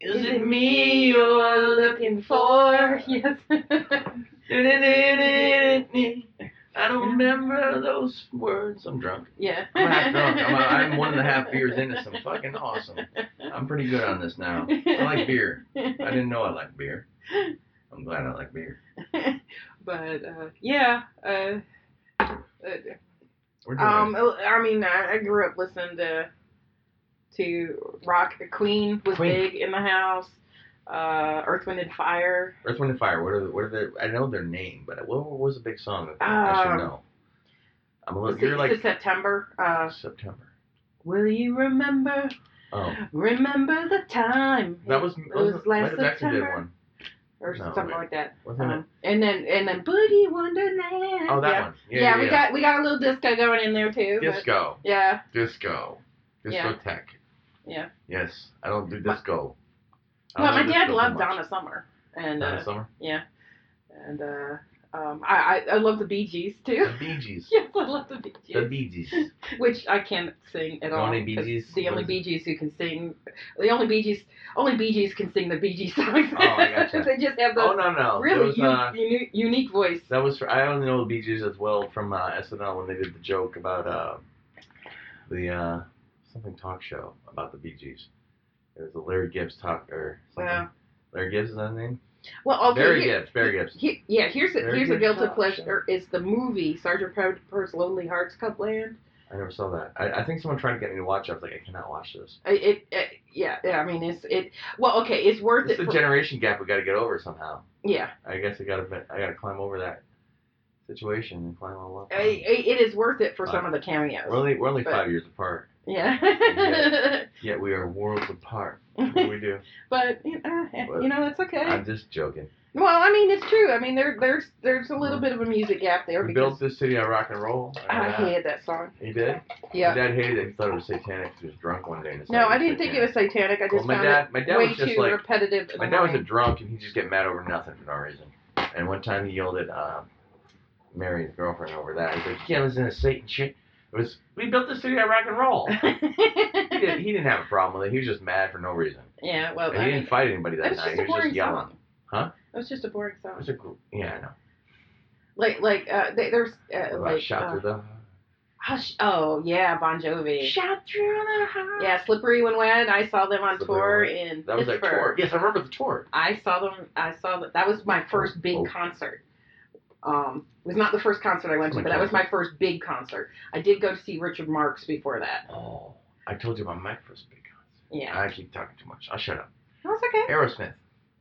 [SPEAKER 2] Is it me you're looking for?
[SPEAKER 1] Yes.
[SPEAKER 2] Did I don't remember those words. I'm drunk.
[SPEAKER 1] Yeah.
[SPEAKER 2] I'm half drunk. I'm, I'm one and a half beers into some fucking awesome. I'm pretty good on this now. I like beer. I didn't know I liked beer. I'm glad I like beer.
[SPEAKER 1] but uh, yeah. Uh, uh,
[SPEAKER 2] We're doing
[SPEAKER 1] um,
[SPEAKER 2] it.
[SPEAKER 1] I mean, I, I grew up listening to to rock. Queen was
[SPEAKER 2] Queen.
[SPEAKER 1] big in the house. Uh, Earth, Wind, and Fire.
[SPEAKER 2] Earth, Wind, and Fire. What are the, what are the, I know their name, but what was a big song that I
[SPEAKER 1] Um,
[SPEAKER 2] should know? I'm a little.
[SPEAKER 1] Six
[SPEAKER 2] You're
[SPEAKER 1] to
[SPEAKER 2] like
[SPEAKER 1] September. Uh,
[SPEAKER 2] September.
[SPEAKER 1] will you remember?
[SPEAKER 2] Oh,
[SPEAKER 1] Remember the time.
[SPEAKER 2] that was
[SPEAKER 1] it
[SPEAKER 2] was,
[SPEAKER 1] was last
[SPEAKER 2] Jackson did
[SPEAKER 1] September
[SPEAKER 2] one,
[SPEAKER 1] or
[SPEAKER 2] No,
[SPEAKER 1] something
[SPEAKER 2] wait.
[SPEAKER 1] like that.
[SPEAKER 2] wasn't
[SPEAKER 1] Um, and then and then Boogie Wonderland.
[SPEAKER 2] it? Oh, that
[SPEAKER 1] yeah.
[SPEAKER 2] one. Yeah,
[SPEAKER 1] Yeah,
[SPEAKER 2] yeah,
[SPEAKER 1] we
[SPEAKER 2] yeah.
[SPEAKER 1] got we got a little disco going in there too. but-
[SPEAKER 2] disco,
[SPEAKER 1] yeah.
[SPEAKER 2] disco,
[SPEAKER 1] Yeah.
[SPEAKER 2] discotheque.
[SPEAKER 1] Yeah.
[SPEAKER 2] Yes, I don't do disco. I
[SPEAKER 1] Well,
[SPEAKER 2] don't
[SPEAKER 1] my
[SPEAKER 2] do
[SPEAKER 1] dad
[SPEAKER 2] disco
[SPEAKER 1] loved
[SPEAKER 2] much.
[SPEAKER 1] Donna Summer, and
[SPEAKER 2] Donna
[SPEAKER 1] uh,
[SPEAKER 2] Summer.
[SPEAKER 1] yeah, and uh, um, I, I I love the Bee Gees too.
[SPEAKER 2] The Bee Gees.
[SPEAKER 1] yes, I love the Bee Gees,
[SPEAKER 2] The Bee Gees.
[SPEAKER 1] which I can't sing at
[SPEAKER 2] The
[SPEAKER 1] all.
[SPEAKER 2] only Bee
[SPEAKER 1] 'cause
[SPEAKER 2] Gees-
[SPEAKER 1] The
[SPEAKER 2] what
[SPEAKER 1] only
[SPEAKER 2] is it?
[SPEAKER 1] Bee Gees who can sing, the only Bee Gees, only Bee Gees can sing the Bee Gees songs.
[SPEAKER 2] Oh, I gotcha.
[SPEAKER 1] they just have the
[SPEAKER 2] oh no no.
[SPEAKER 1] really
[SPEAKER 2] Those,
[SPEAKER 1] u-
[SPEAKER 2] uh,
[SPEAKER 1] uni- unique voice.
[SPEAKER 2] That was for, I only know the Bee Gees as well from uh, SNL when they did the joke about uh, the uh, something talk show about the Bee Gees. It was the Larry Gibbs talk or something.
[SPEAKER 1] Wow.
[SPEAKER 2] Larry Gibbs is that his name?
[SPEAKER 1] Well, okay,
[SPEAKER 2] Barry
[SPEAKER 1] here-
[SPEAKER 2] Gibbs. Barry Gibbs.
[SPEAKER 1] He, yeah, here's a
[SPEAKER 2] Very
[SPEAKER 1] here's a
[SPEAKER 2] good
[SPEAKER 1] guilty
[SPEAKER 2] job,
[SPEAKER 1] pleasure is the movie Sergeant Pepper's Lonely Hearts Club Land.
[SPEAKER 2] I never saw that. I, I think someone tried to get me to watch it. I was like, I cannot watch this.
[SPEAKER 1] I- It, it, yeah, yeah, I mean it's it. Well, okay, it's worth
[SPEAKER 2] It's
[SPEAKER 1] it.
[SPEAKER 2] the
[SPEAKER 1] for-
[SPEAKER 2] generation gap we got to get over somehow.
[SPEAKER 1] yeah,
[SPEAKER 2] I guess I gotta I gotta climb over that situation and climb all up.
[SPEAKER 1] I, I- it is worth it for some of the cameos.
[SPEAKER 2] We're only we're only
[SPEAKER 1] But-
[SPEAKER 2] five years apart,
[SPEAKER 1] Yeah,
[SPEAKER 2] yet we are worlds apart. What do we do?
[SPEAKER 1] but you know, eh,
[SPEAKER 2] Well,
[SPEAKER 1] you know it's okay.
[SPEAKER 2] I'm just joking.
[SPEAKER 1] well, I mean it's true. I mean there there's there's a little bit of a music gap there
[SPEAKER 2] We
[SPEAKER 1] because
[SPEAKER 2] built this city on rock and roll.
[SPEAKER 1] I
[SPEAKER 2] Yeah.
[SPEAKER 1] hated that song.
[SPEAKER 2] He did.
[SPEAKER 1] Yeah.
[SPEAKER 2] My dad hated it. He thought it was satanic. He was drunk one day. And
[SPEAKER 1] No, I didn't think it was satanic. I
[SPEAKER 2] Well,
[SPEAKER 1] just
[SPEAKER 2] my
[SPEAKER 1] found
[SPEAKER 2] dad, my
[SPEAKER 1] it
[SPEAKER 2] dad
[SPEAKER 1] way
[SPEAKER 2] was just
[SPEAKER 1] too
[SPEAKER 2] like,
[SPEAKER 1] repetitive.
[SPEAKER 2] my dad was a drunk, and he just get mad over nothing for no reason. And one time he yelled at uh, Mary's girlfriend over that. He's like, "Yeah, I was in a Satan shit. It was we built this city on rock and roll." he,
[SPEAKER 1] a.
[SPEAKER 2] didn't, he didn't have a problem with it. He was just mad for no reason.
[SPEAKER 1] yeah, well,
[SPEAKER 2] And
[SPEAKER 1] Oh, I
[SPEAKER 2] he
[SPEAKER 1] mean,
[SPEAKER 2] didn't fight anybody
[SPEAKER 1] It
[SPEAKER 2] that
[SPEAKER 1] was
[SPEAKER 2] night.
[SPEAKER 1] just
[SPEAKER 2] He
[SPEAKER 1] a
[SPEAKER 2] was
[SPEAKER 1] boring
[SPEAKER 2] just yelling.
[SPEAKER 1] song.
[SPEAKER 2] Huh?
[SPEAKER 1] It was just a boring
[SPEAKER 2] It
[SPEAKER 1] song.
[SPEAKER 2] was a gr- yeah, I know.
[SPEAKER 1] Like like uh, they, there's uh,
[SPEAKER 2] Like,
[SPEAKER 1] like
[SPEAKER 2] shot
[SPEAKER 1] uh,
[SPEAKER 2] through the
[SPEAKER 1] hush. Oh yeah, Bon Jovi.
[SPEAKER 2] shot through the heart.
[SPEAKER 1] Yeah, Slippery When Wet. I saw them on
[SPEAKER 2] Slippery
[SPEAKER 1] tour
[SPEAKER 2] When
[SPEAKER 1] in
[SPEAKER 2] that was their
[SPEAKER 1] Pittsburgh.
[SPEAKER 2] tour. Yes, I remember the tour.
[SPEAKER 1] I saw them. I saw that. That was my first big
[SPEAKER 2] Oh.
[SPEAKER 1] concert. Um, it was not the first concert I went to, but that was my first big concert. I did go to see Richard Marx before that.
[SPEAKER 2] Oh, I told you about my first big concert.
[SPEAKER 1] Yeah,
[SPEAKER 2] I keep talking too much. I'll shut up.
[SPEAKER 1] that was okay.
[SPEAKER 2] Aerosmith.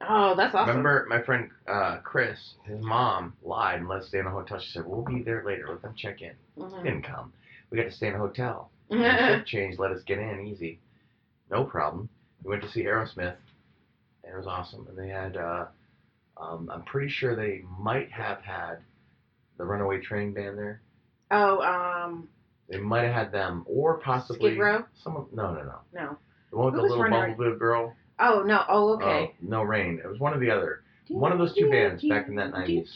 [SPEAKER 1] Oh, that's awesome.
[SPEAKER 2] Remember my friend uh, Chris, his mom lied and let us stay in a hotel. She said, We'll be there later. Let them check in.
[SPEAKER 1] Mhm.
[SPEAKER 2] Didn't come. We got to stay in a hotel. And the
[SPEAKER 1] Mm-hmm.
[SPEAKER 2] shift change let us get in easy. No problem. We went to see Aerosmith, and it was awesome. And they had, uh, um, I'm pretty sure they might have had the Runaway Train band there.
[SPEAKER 1] oh, um,
[SPEAKER 2] They might have had them, or possibly
[SPEAKER 1] Skid Row?
[SPEAKER 2] some of, no, no, no.
[SPEAKER 1] no.
[SPEAKER 2] The one with
[SPEAKER 1] Who
[SPEAKER 2] the
[SPEAKER 1] was
[SPEAKER 2] little
[SPEAKER 1] Runaway?
[SPEAKER 2] bumblebee girl.
[SPEAKER 1] Oh no. Oh, okay.
[SPEAKER 2] Uh, no rain. It was one or the other. One of those two bands back in that 90s.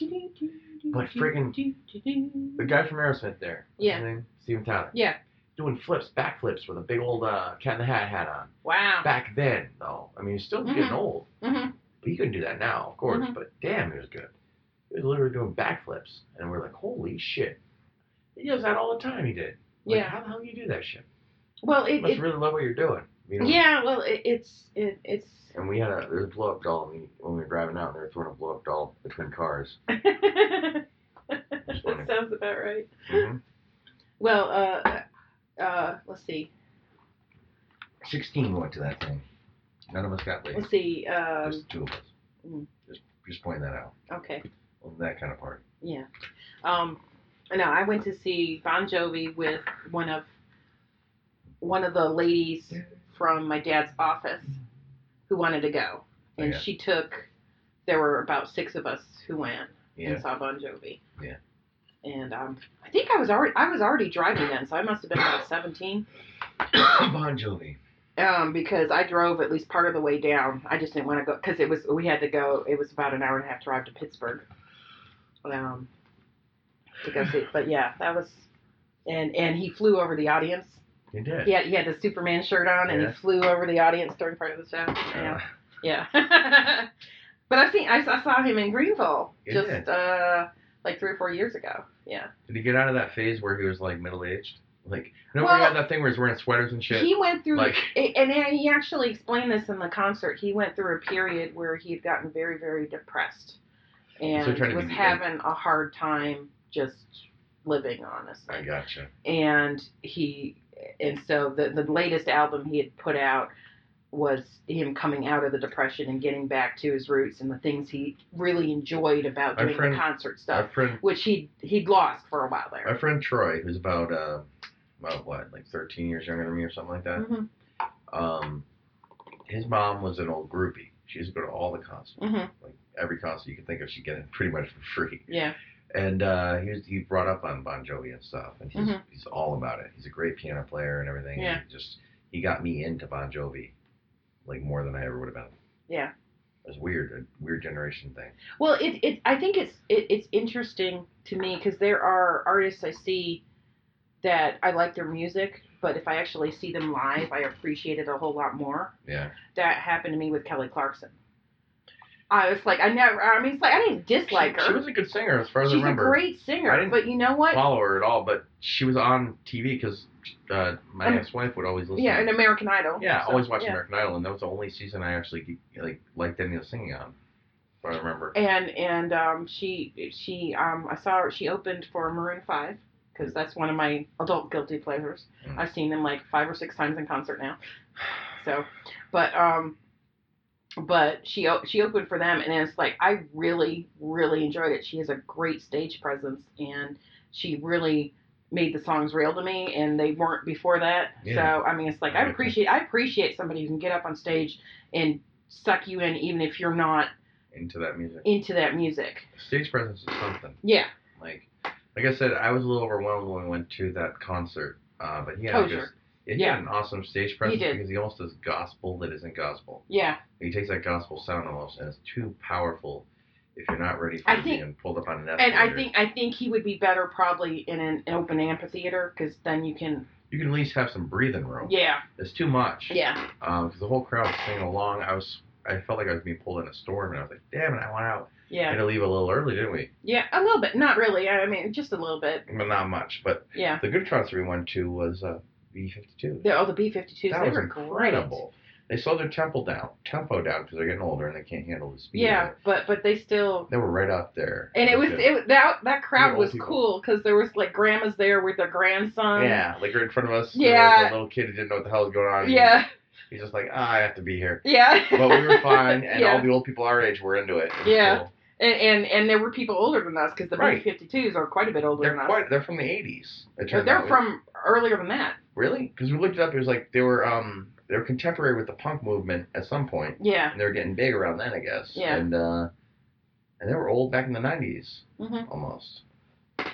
[SPEAKER 2] But
[SPEAKER 1] friggin'
[SPEAKER 2] The guy from Aerosmith there. What's
[SPEAKER 1] Yeah.
[SPEAKER 2] His name? Steven Tyler.
[SPEAKER 1] Yeah.
[SPEAKER 2] Doing flips, back flips with a big old uh, cat in the hat hat on.
[SPEAKER 1] Wow.
[SPEAKER 2] Back then, though. I mean, he's still
[SPEAKER 1] Mhm.
[SPEAKER 2] getting old.
[SPEAKER 1] Mhm.
[SPEAKER 2] But he couldn't do that now, of course.
[SPEAKER 1] Mhm.
[SPEAKER 2] But damn, he was good. He was literally doing back flips. And we're like, holy shit. He does that all the time, he did. Like,
[SPEAKER 1] Yeah.
[SPEAKER 2] How the hell do you do that shit?
[SPEAKER 1] Well, it,
[SPEAKER 2] You must
[SPEAKER 1] it-
[SPEAKER 2] really love what you're doing. You know?
[SPEAKER 1] yeah. Well, it, it's it, it's
[SPEAKER 2] And we had a, there was a blow up doll and we- when we were driving out, and they were throwing a blow up doll between cars.
[SPEAKER 1] that
[SPEAKER 2] It's funny.
[SPEAKER 1] sounds about right.
[SPEAKER 2] hmm
[SPEAKER 1] Well, uh, uh, let's see,
[SPEAKER 2] 16 went to that thing. None of us got laid.
[SPEAKER 1] let's see. Um,
[SPEAKER 2] Just two of us.
[SPEAKER 1] Mm.
[SPEAKER 2] Just just point that out.
[SPEAKER 1] okay.
[SPEAKER 2] On that kind of party.
[SPEAKER 1] Yeah. Um, no, I went to see Bon Jovi with one of one of the ladies from my dad's office who wanted to go, and
[SPEAKER 2] Yeah.
[SPEAKER 1] she took. There were about six of us who went
[SPEAKER 2] Yeah.
[SPEAKER 1] and saw Bon Jovi.
[SPEAKER 2] Yeah.
[SPEAKER 1] And um, I think I was already I was already driving then, so I must have been about seventeen.
[SPEAKER 2] bon Jovi.
[SPEAKER 1] Um, because I drove at least part of the way down. I just didn't want to go because it was we had to go. It was about an hour and a half drive to Pittsburgh. Um, to go see. But yeah, that was. And and he flew over the audience.
[SPEAKER 2] He did.
[SPEAKER 1] He had, he had the Superman shirt on, and
[SPEAKER 2] Yeah.
[SPEAKER 1] he flew over the audience during part of the show. Yeah,
[SPEAKER 2] Uh,
[SPEAKER 1] yeah. but I've seen I, I saw him in Greenville
[SPEAKER 2] You
[SPEAKER 1] just
[SPEAKER 2] did.
[SPEAKER 1] uh like three or four years ago. Yeah.
[SPEAKER 2] Did he get out of that phase where he was like middle aged? Like, you know,
[SPEAKER 1] Well-
[SPEAKER 2] he had that thing where he's wearing sweaters and shit.
[SPEAKER 1] He went through,
[SPEAKER 2] Like-
[SPEAKER 1] a- and then he actually explained this in the concert. He went through a period where he had gotten very, very depressed
[SPEAKER 2] So
[SPEAKER 1] and
[SPEAKER 2] trying to
[SPEAKER 1] was
[SPEAKER 2] be like-
[SPEAKER 1] having a hard time just living, honestly.
[SPEAKER 2] I gotcha.
[SPEAKER 1] and he and so the the latest album he had put out was him coming out of the depression and getting back to his roots and the things he really enjoyed about
[SPEAKER 2] My
[SPEAKER 1] doing
[SPEAKER 2] friend-
[SPEAKER 1] the concert
[SPEAKER 2] Our
[SPEAKER 1] stuff,
[SPEAKER 2] friend,
[SPEAKER 1] which he he'd lost for a while there.
[SPEAKER 2] our friend Troy, who's about uh, about what, like thirteen years younger than me or something like that.
[SPEAKER 1] Mhm,
[SPEAKER 2] Um, his mom was an old groupie. She used to go to all the concerts,
[SPEAKER 1] mhm,
[SPEAKER 2] like every concert you could think of. She'd get it pretty much for free.
[SPEAKER 1] yeah,
[SPEAKER 2] And uh, he was, he brought up on Bon Jovi and stuff, and he's
[SPEAKER 1] Mhm.
[SPEAKER 2] he's all about it. He's a great piano player and everything.
[SPEAKER 1] Yeah.
[SPEAKER 2] And just he got me into Bon Jovi, like more than I ever would have been.
[SPEAKER 1] yeah.
[SPEAKER 2] It's weird, a weird generation thing.
[SPEAKER 1] Well, it, it I think it's it, it's interesting to me because there are artists I see that I like their music, but if I actually see them live, I appreciate it a whole lot more.
[SPEAKER 2] Yeah.
[SPEAKER 1] that happened to me with Kelly Clarkson. I was like, I never. I mean, it's like I didn't dislike
[SPEAKER 2] she,
[SPEAKER 1] her.
[SPEAKER 2] she was a good singer, as far as
[SPEAKER 1] She's
[SPEAKER 2] I remember.
[SPEAKER 1] a great
[SPEAKER 2] I
[SPEAKER 1] singer,
[SPEAKER 2] didn't
[SPEAKER 1] but you know what?
[SPEAKER 2] follow her at all, but she was on TV because uh, my
[SPEAKER 1] Um,
[SPEAKER 2] ex-wife would always listen.
[SPEAKER 1] Yeah,
[SPEAKER 2] to
[SPEAKER 1] an American Idol.
[SPEAKER 2] yeah,
[SPEAKER 1] so,
[SPEAKER 2] always watch
[SPEAKER 1] yeah.
[SPEAKER 2] American Idol, and that was the only season I actually like liked any of the singing on. If I remember.
[SPEAKER 1] And and um, she she um, I saw her. She opened for Maroon Five because that's one of my adult guilty pleasures.
[SPEAKER 2] Mm.
[SPEAKER 1] I've seen them like five or six times in concert now. So, but um, but she o- she opened for them, and it's like I really really enjoyed it. She has a great stage presence, and she really made the songs real to me, and they weren't before that.
[SPEAKER 2] Yeah.
[SPEAKER 1] So I mean, it's like
[SPEAKER 2] I
[SPEAKER 1] I
[SPEAKER 2] agree.
[SPEAKER 1] appreciate I appreciate somebody who can get up on stage and suck you in, even if you're not
[SPEAKER 2] Into that music,
[SPEAKER 1] into that music.
[SPEAKER 2] stage presence is something.
[SPEAKER 1] Yeah,
[SPEAKER 2] Like, like I said, I was a little overwhelmed when we went to that concert. Uh, but he had
[SPEAKER 1] Tozer.
[SPEAKER 2] just he
[SPEAKER 1] Oh, Yeah.
[SPEAKER 2] had an awesome stage presence
[SPEAKER 1] did.
[SPEAKER 2] because he almost does gospel that isn't gospel.
[SPEAKER 1] yeah.
[SPEAKER 2] He takes that gospel sound almost, and it's too powerful if you're not ready for
[SPEAKER 1] I
[SPEAKER 2] it
[SPEAKER 1] think-
[SPEAKER 2] being pulled up on an
[SPEAKER 1] And
[SPEAKER 2] escalator.
[SPEAKER 1] I think I think he would be better probably in an open amphitheater because then you can.
[SPEAKER 2] you can at least have some breathing room.
[SPEAKER 1] Yeah,
[SPEAKER 2] It's too much.
[SPEAKER 1] yeah,
[SPEAKER 2] Um, 'cause the whole crowd was singing along. I was, I felt like I was being pulled in a storm, and I was like, damn it, I want out. We had
[SPEAKER 1] yeah,
[SPEAKER 2] to leave a little early, didn't we?
[SPEAKER 1] yeah. A little bit, not really. I mean, just a little bit.
[SPEAKER 2] Well, not much, but
[SPEAKER 1] Yeah.
[SPEAKER 2] the good concert we went to was uh, B52.
[SPEAKER 1] The, oh, the B 52s,
[SPEAKER 2] that
[SPEAKER 1] they
[SPEAKER 2] was
[SPEAKER 1] were
[SPEAKER 2] incredible. They slowed their tempo down, tempo down because they're getting older and they can't handle the speed.
[SPEAKER 1] great.
[SPEAKER 2] of
[SPEAKER 1] Yeah,
[SPEAKER 2] it.
[SPEAKER 1] but but they still.
[SPEAKER 2] They were right up there.
[SPEAKER 1] And it was
[SPEAKER 2] good.
[SPEAKER 1] it was- that that crowd
[SPEAKER 2] old
[SPEAKER 1] was
[SPEAKER 2] people.
[SPEAKER 1] cool because there was like grandmas there with their grandsons.
[SPEAKER 2] yeah, like right in front of us.
[SPEAKER 1] um, Yeah.
[SPEAKER 2] There was a little kid who didn't know what the hell was going on.
[SPEAKER 1] yeah,
[SPEAKER 2] He's just like, ah, I have to be here.
[SPEAKER 1] yeah.
[SPEAKER 2] But we were fine, and
[SPEAKER 1] yeah.
[SPEAKER 2] all the old people our age were into it. It was
[SPEAKER 1] Yeah.
[SPEAKER 2] cool.
[SPEAKER 1] and, and and there were people older than us because the
[SPEAKER 2] Right.
[SPEAKER 1] B 52s are quite a bit older
[SPEAKER 2] They're
[SPEAKER 1] than us.
[SPEAKER 2] quite. They're from the '80s. It
[SPEAKER 1] They're,
[SPEAKER 2] turned
[SPEAKER 1] they're
[SPEAKER 2] out.
[SPEAKER 1] from earlier than that.
[SPEAKER 2] Really? Because we looked it up. It was like they were um they were contemporary with the punk movement at some point,
[SPEAKER 1] Yeah.
[SPEAKER 2] and they were getting big around then, I guess.
[SPEAKER 1] Yeah.
[SPEAKER 2] And uh, and they were old back in the '90s
[SPEAKER 1] hmm
[SPEAKER 2] almost.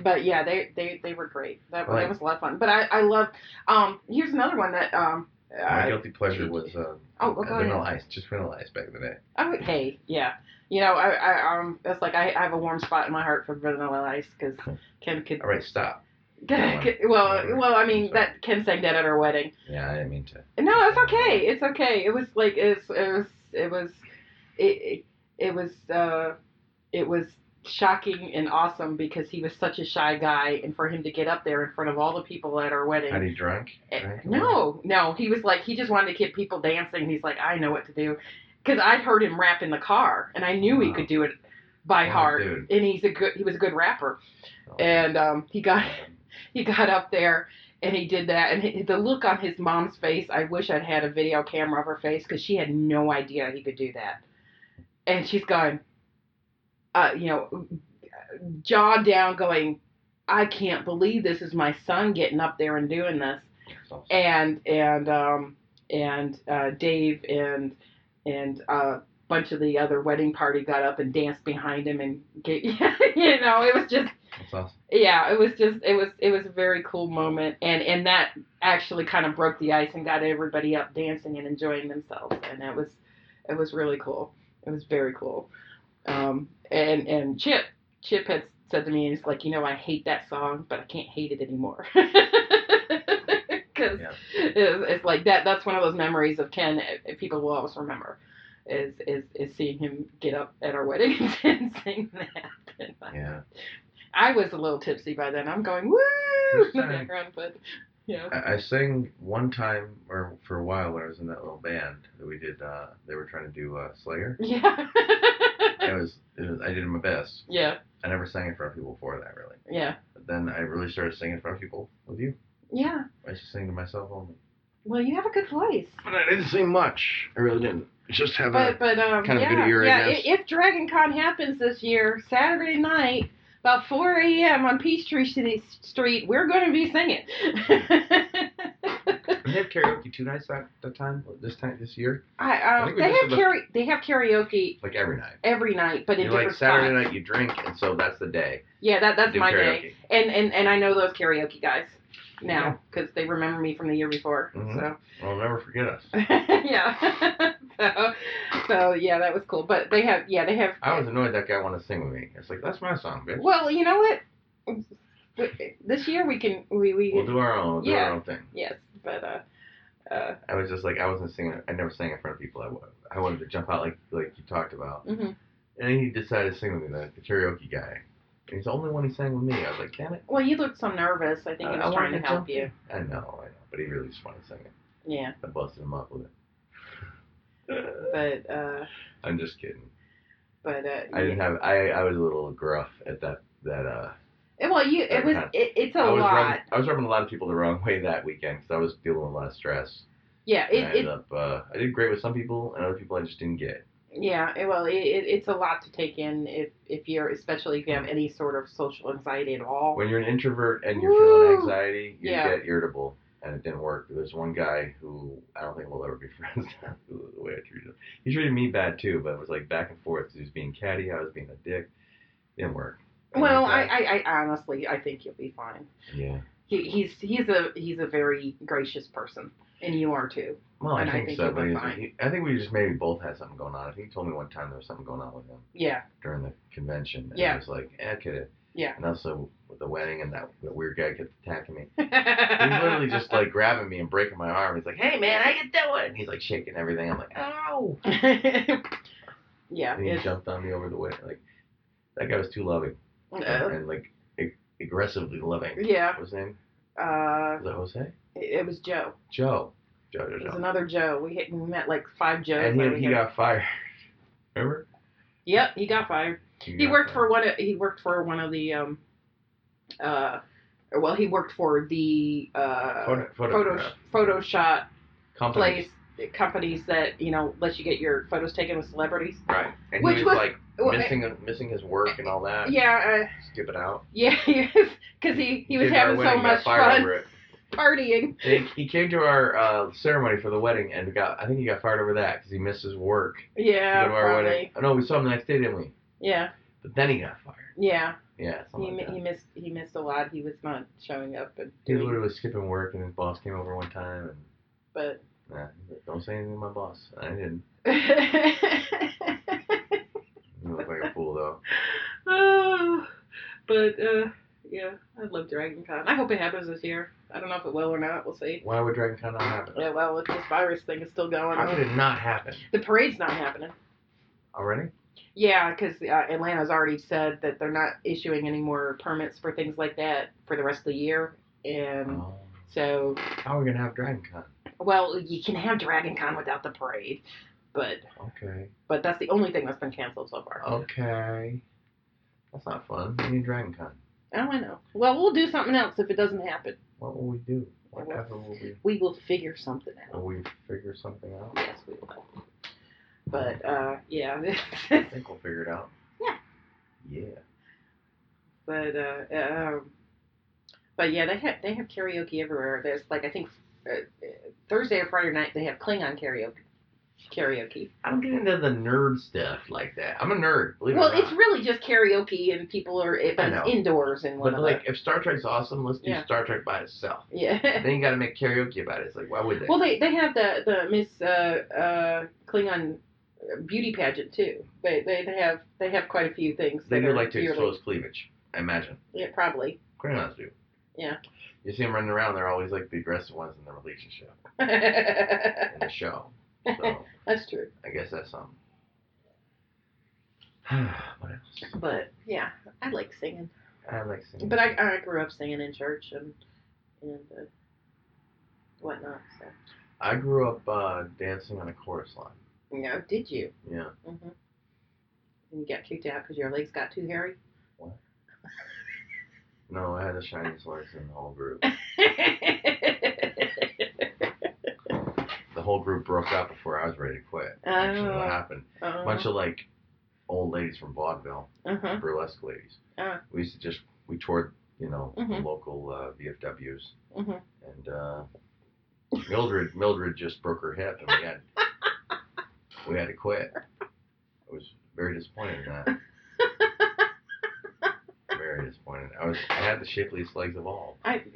[SPEAKER 1] But yeah, they they, they were great. That,
[SPEAKER 2] Right.
[SPEAKER 1] that was a lot of fun. But I I love. Um, here's another one that um.
[SPEAKER 2] Oh My
[SPEAKER 1] I,
[SPEAKER 2] guilty pleasure was uh,
[SPEAKER 1] Oh, well, go ahead.
[SPEAKER 2] Vanilla Ice, just Vanilla Ice back in the day.
[SPEAKER 1] I would, hey, yeah. You know, I, I um, that's like I, I have a warm spot in my heart for Vanilla Ice because Ken could,
[SPEAKER 2] All right, stop.
[SPEAKER 1] well, well, I mean that Ken sang that at our wedding.
[SPEAKER 2] Yeah, I didn't mean to.
[SPEAKER 1] No, it's okay. It's okay. It was like it's it was it was it it, it was uh it was shocking and awesome because he was such a shy guy and for him to get up there in front of all the people at our wedding
[SPEAKER 2] Had he drunk?
[SPEAKER 1] Eh,
[SPEAKER 2] Drunk?
[SPEAKER 1] No, no. He was like, he just wanted to get people dancing. He's like, I know what to do. Because I'd heard him rap in the car, and I knew he
[SPEAKER 2] Wow.
[SPEAKER 1] could do it by
[SPEAKER 2] Wow,
[SPEAKER 1] heart.
[SPEAKER 2] Oh, dude.
[SPEAKER 1] And he's a good, he was a good rapper.
[SPEAKER 2] Oh.
[SPEAKER 1] And um, he got, he got up there, and he did that. And he, the look on his mom's face, I wish I'd had a video camera of her face because she had no idea he could do that. And she's going, uh, you know, jaw down, going, I can't believe this is my son getting up there and doing this and and um and uh, Dave and and a uh, bunch of the other wedding party got up and danced behind him and get, you know it was just
[SPEAKER 2] That's awesome.
[SPEAKER 1] yeah it was just it was it was a very cool moment and and that actually kind of broke the ice and got everybody up dancing and enjoying themselves and it was it was really cool it was very cool um and and Chip Chip had said to me he's like you know I hate that song but I can't hate it anymore 'Cause
[SPEAKER 2] Yeah.
[SPEAKER 1] it's, it's like that. That's one of those memories of Ken. uh, People will always remember, is is is seeing him get up at our wedding and sing that.
[SPEAKER 2] Yeah.
[SPEAKER 1] I was a little tipsy by then. I'm going woo in the
[SPEAKER 2] Sorry.
[SPEAKER 1] background, but yeah.
[SPEAKER 2] I, I sang one time or for a while when I was in that little band that we did. Uh, they were trying to do uh, Slayer.
[SPEAKER 1] Yeah.
[SPEAKER 2] It was, it was. I did my best.
[SPEAKER 1] yeah.
[SPEAKER 2] I never sang in front of people before that really.
[SPEAKER 1] Yeah.
[SPEAKER 2] But then I really started singing in front of people with you.
[SPEAKER 1] Yeah.
[SPEAKER 2] I just sang to myself only.
[SPEAKER 1] Well, you have a good voice.
[SPEAKER 2] But I didn't sing much. I really didn't. I Just have
[SPEAKER 1] But but um
[SPEAKER 2] kind of a
[SPEAKER 1] yeah,
[SPEAKER 2] good ear, I
[SPEAKER 1] yeah. i-
[SPEAKER 2] guess.
[SPEAKER 1] If Dragon Con happens this year, Saturday night, about 4 a.m. on Peachtree City Street, we're going to be singing.
[SPEAKER 2] a. Did they have karaoke two nights that, that time? This time this year?
[SPEAKER 1] I,
[SPEAKER 2] I
[SPEAKER 1] um,
[SPEAKER 2] think we
[SPEAKER 1] they
[SPEAKER 2] just
[SPEAKER 1] have
[SPEAKER 2] have a-
[SPEAKER 1] karaoke. They have karaoke
[SPEAKER 2] Like every night.
[SPEAKER 1] every night, but in
[SPEAKER 2] You're
[SPEAKER 1] different
[SPEAKER 2] like Saturday
[SPEAKER 1] spots.
[SPEAKER 2] night you drink, and so that's the day.
[SPEAKER 1] Yeah, that that's
[SPEAKER 2] Do
[SPEAKER 1] my
[SPEAKER 2] karaoke.
[SPEAKER 1] day. And and and I know those karaoke guys now because they remember me from the year before.
[SPEAKER 2] Mhm.
[SPEAKER 1] So.
[SPEAKER 2] Well, never forget us.
[SPEAKER 1] yeah. so, so yeah, that was cool. But they have, yeah, they have.
[SPEAKER 2] I was annoyed that guy wanted to sing with me. It's like that's my song, bitch.
[SPEAKER 1] Well, you know what? W- This year we can we we
[SPEAKER 2] We'll do our own. We'll do
[SPEAKER 1] Yeah.
[SPEAKER 2] our own thing.
[SPEAKER 1] yes, but uh, uh,
[SPEAKER 2] I was just like I wasn't singing. I never sang in front of people. I wa- I wanted to jump out like like you talked about.
[SPEAKER 1] Mhm.
[SPEAKER 2] And then he decided to sing with me, the, the karaoke guy. And he's the only one who sang with me. I was like, damn it.
[SPEAKER 1] well, you looked so nervous. I think
[SPEAKER 2] I-
[SPEAKER 1] he
[SPEAKER 2] I
[SPEAKER 1] was trying
[SPEAKER 2] wanted
[SPEAKER 1] to
[SPEAKER 2] to
[SPEAKER 1] help
[SPEAKER 2] jump
[SPEAKER 1] you.
[SPEAKER 2] I know, I know, but he really just wanted to sing it.
[SPEAKER 1] Yeah,
[SPEAKER 2] I busted him up with it.
[SPEAKER 1] but uh,
[SPEAKER 2] I'm just kidding.
[SPEAKER 1] but uh,
[SPEAKER 2] I didn't have. I I was a little gruff at that that uh.
[SPEAKER 1] yeah. well, you it was it, it's a
[SPEAKER 2] I was
[SPEAKER 1] lot.
[SPEAKER 2] rubbing, I was rubbing a lot of people the wrong way that weekend because I was dealing with a lot of stress.
[SPEAKER 1] Yeah,
[SPEAKER 2] and I
[SPEAKER 1] it,
[SPEAKER 2] ended
[SPEAKER 1] it
[SPEAKER 2] up. Uh, I did great with some people, and other people I just didn't get.
[SPEAKER 1] Yeah, it- well, it, it, it's a lot to take in if if you're especially if you have any sort of social anxiety at all.
[SPEAKER 2] When you're an introvert and you're
[SPEAKER 1] Woo!
[SPEAKER 2] feeling anxiety, you
[SPEAKER 1] Yeah.
[SPEAKER 2] get irritable, and it didn't work. There's one guy who I don't think we'll ever be friends. now, the way I treated him, he treated me bad too, but it was like back and forth. He was being catty, I was being a dick. Didn't work. And
[SPEAKER 1] Well, I,
[SPEAKER 2] like that-
[SPEAKER 1] I, I honestly I think you'll be fine.
[SPEAKER 2] yeah.
[SPEAKER 1] He, he's he's a he's a very gracious person, and you are too.
[SPEAKER 2] Well, I
[SPEAKER 1] and I
[SPEAKER 2] think,
[SPEAKER 1] think
[SPEAKER 2] so.
[SPEAKER 1] you'll
[SPEAKER 2] But
[SPEAKER 1] be
[SPEAKER 2] he's-
[SPEAKER 1] fine.
[SPEAKER 2] he- I think we just maybe both had something going on. I think he told me one time there was something going on with him.
[SPEAKER 1] Yeah,
[SPEAKER 2] during the convention. And
[SPEAKER 1] Yeah.
[SPEAKER 2] It was like, eh, kid.
[SPEAKER 1] Yeah.
[SPEAKER 2] And also with the wedding and that, that weird guy kept attacking me.
[SPEAKER 1] he's
[SPEAKER 2] He's literally just like grabbing me and breaking my arm. He's like, hey man, how you doing? And he's like shaking everything. I'm like, ow.
[SPEAKER 1] yeah,
[SPEAKER 2] And he
[SPEAKER 1] it's,
[SPEAKER 2] jumped on me over the way. Like that guy was too loving
[SPEAKER 1] uh,
[SPEAKER 2] and like ag- aggressively loving.
[SPEAKER 1] yeah.
[SPEAKER 2] What was his name?
[SPEAKER 1] Uh,
[SPEAKER 2] Was it Jose?
[SPEAKER 1] it, it was Joe.
[SPEAKER 2] Joe. Joe. Joe.
[SPEAKER 1] It was
[SPEAKER 2] Joe.
[SPEAKER 1] another Joe. We, hit, we met like five Joes.
[SPEAKER 2] And
[SPEAKER 1] over
[SPEAKER 2] he, he
[SPEAKER 1] here.
[SPEAKER 2] got fired. Remember?
[SPEAKER 1] yep, he got fired. He
[SPEAKER 2] got
[SPEAKER 1] worked
[SPEAKER 2] fired.
[SPEAKER 1] for one. Of, he worked for one of the. Um, uh, well, he worked for the uh,
[SPEAKER 2] Photo,
[SPEAKER 1] photo
[SPEAKER 2] photograph
[SPEAKER 1] Photoshop
[SPEAKER 2] company.
[SPEAKER 1] place companies that you know let you get your photos taken with celebrities.
[SPEAKER 2] Right. And
[SPEAKER 1] Which
[SPEAKER 2] he
[SPEAKER 1] was-
[SPEAKER 2] was, like
[SPEAKER 1] Well, eh,
[SPEAKER 2] missing missing his work and all that.
[SPEAKER 1] Yeah, uh,
[SPEAKER 2] Skipping out.
[SPEAKER 1] yeah, because he he was
[SPEAKER 2] Did our
[SPEAKER 1] having so
[SPEAKER 2] wedding, got
[SPEAKER 1] much
[SPEAKER 2] fired
[SPEAKER 1] fun
[SPEAKER 2] over it.
[SPEAKER 1] partying.
[SPEAKER 2] He, he came to our uh, ceremony for the wedding and got. I think he got fired over that because he missed his work. to
[SPEAKER 1] Yeah,
[SPEAKER 2] go to our
[SPEAKER 1] probably.
[SPEAKER 2] wedding. Oh, no, we saw him the next day, didn't we?
[SPEAKER 1] Yeah,
[SPEAKER 2] But then he got fired.
[SPEAKER 1] yeah.
[SPEAKER 2] Yeah,
[SPEAKER 1] He,
[SPEAKER 2] something like
[SPEAKER 1] mi-
[SPEAKER 2] that.
[SPEAKER 1] he missed he missed a lot. He was not showing up and
[SPEAKER 2] He
[SPEAKER 1] doing,
[SPEAKER 2] literally was skipping work, and his boss came over one time, and
[SPEAKER 1] but
[SPEAKER 2] nah, he's like, don't say anything to my boss. And I didn't. He looked like a fool though.
[SPEAKER 1] Oh, but uh, yeah, I love Dragon Con. I hope it happens this year. I don't know if it will or not. We'll see.
[SPEAKER 2] Why would Dragon Con not happen?
[SPEAKER 1] Yeah, well, if this virus thing is still going
[SPEAKER 2] How could
[SPEAKER 1] on,
[SPEAKER 2] it not happen
[SPEAKER 1] the parade's not happening.
[SPEAKER 2] already?
[SPEAKER 1] Yeah, because uh, Atlanta's already said that they're not issuing any more permits for things like that for the rest of the year. And
[SPEAKER 2] Oh.
[SPEAKER 1] so,
[SPEAKER 2] How are we gonna have Dragon Con?
[SPEAKER 1] well, you can have Dragon Con without the parade, but
[SPEAKER 2] Okay.
[SPEAKER 1] but that's the only thing that's been canceled so far.
[SPEAKER 2] Oh. Okay. That's not fun. We need Dragon Con.
[SPEAKER 1] Oh, I know. Well, we'll do something else if it doesn't happen.
[SPEAKER 2] What will we do? What
[SPEAKER 1] Well,
[SPEAKER 2] ever will we
[SPEAKER 1] We will figure something out.
[SPEAKER 2] Will we figure something out?
[SPEAKER 1] Yes, we will. But uh, yeah,
[SPEAKER 2] I think we'll figure it out.
[SPEAKER 1] Yeah.
[SPEAKER 2] Yeah.
[SPEAKER 1] but uh, um, but yeah, they have they have karaoke everywhere. There's like I think uh, uh, Thursday or Friday night they have Klingon karaoke. Karaoke.
[SPEAKER 2] I don't get into the nerd stuff like that. I'm a nerd, believe
[SPEAKER 1] well,
[SPEAKER 2] it or
[SPEAKER 1] it's
[SPEAKER 2] not.
[SPEAKER 1] really just karaoke and people are it,
[SPEAKER 2] I
[SPEAKER 1] but
[SPEAKER 2] know.
[SPEAKER 1] it's indoors and
[SPEAKER 2] But
[SPEAKER 1] whatever.
[SPEAKER 2] like, if Star Trek's awesome, let's do
[SPEAKER 1] Yeah.
[SPEAKER 2] Star Trek by itself.
[SPEAKER 1] yeah.
[SPEAKER 2] then you got to make karaoke about it. It's like, why would they?
[SPEAKER 1] well, they they have the the Miss uh, uh, Klingon beauty pageant too. They, they they have they have quite a few things.
[SPEAKER 2] they
[SPEAKER 1] that
[SPEAKER 2] do
[SPEAKER 1] are
[SPEAKER 2] like to
[SPEAKER 1] yearly.
[SPEAKER 2] expose cleavage. I imagine.
[SPEAKER 1] Yeah, probably.
[SPEAKER 2] Grandmas do.
[SPEAKER 1] Yeah.
[SPEAKER 2] You see them running around. They're always like the aggressive ones in the relationship
[SPEAKER 1] That's
[SPEAKER 2] in the show. So
[SPEAKER 1] true.
[SPEAKER 2] I guess that's something. what else?
[SPEAKER 1] But yeah, I like singing.
[SPEAKER 2] I like singing.
[SPEAKER 1] But I, I grew up singing in church and and uh, whatnot. So
[SPEAKER 2] I grew up uh, dancing on a chorus line.
[SPEAKER 1] no, did you?
[SPEAKER 2] Yeah.
[SPEAKER 1] Mm-hmm. And you got kicked out because your legs got too hairy.
[SPEAKER 2] No, I had the shiniest legs in the whole group. The whole group broke up before I was ready to quit. Actually,
[SPEAKER 1] Oh.
[SPEAKER 2] what happened? A bunch of like old ladies from vaudeville,
[SPEAKER 1] uh-huh.
[SPEAKER 2] burlesque ladies.
[SPEAKER 1] Oh.
[SPEAKER 2] We used to just we toured, you know, the
[SPEAKER 1] Mhm.
[SPEAKER 2] local uh, VFWs,
[SPEAKER 1] Mhm.
[SPEAKER 2] and uh, Mildred Mildred just broke her hip, and we had we had to quit. I was very disappointed in that. very disappointed. I was I had the shapeliest legs of all.
[SPEAKER 1] I,
[SPEAKER 2] And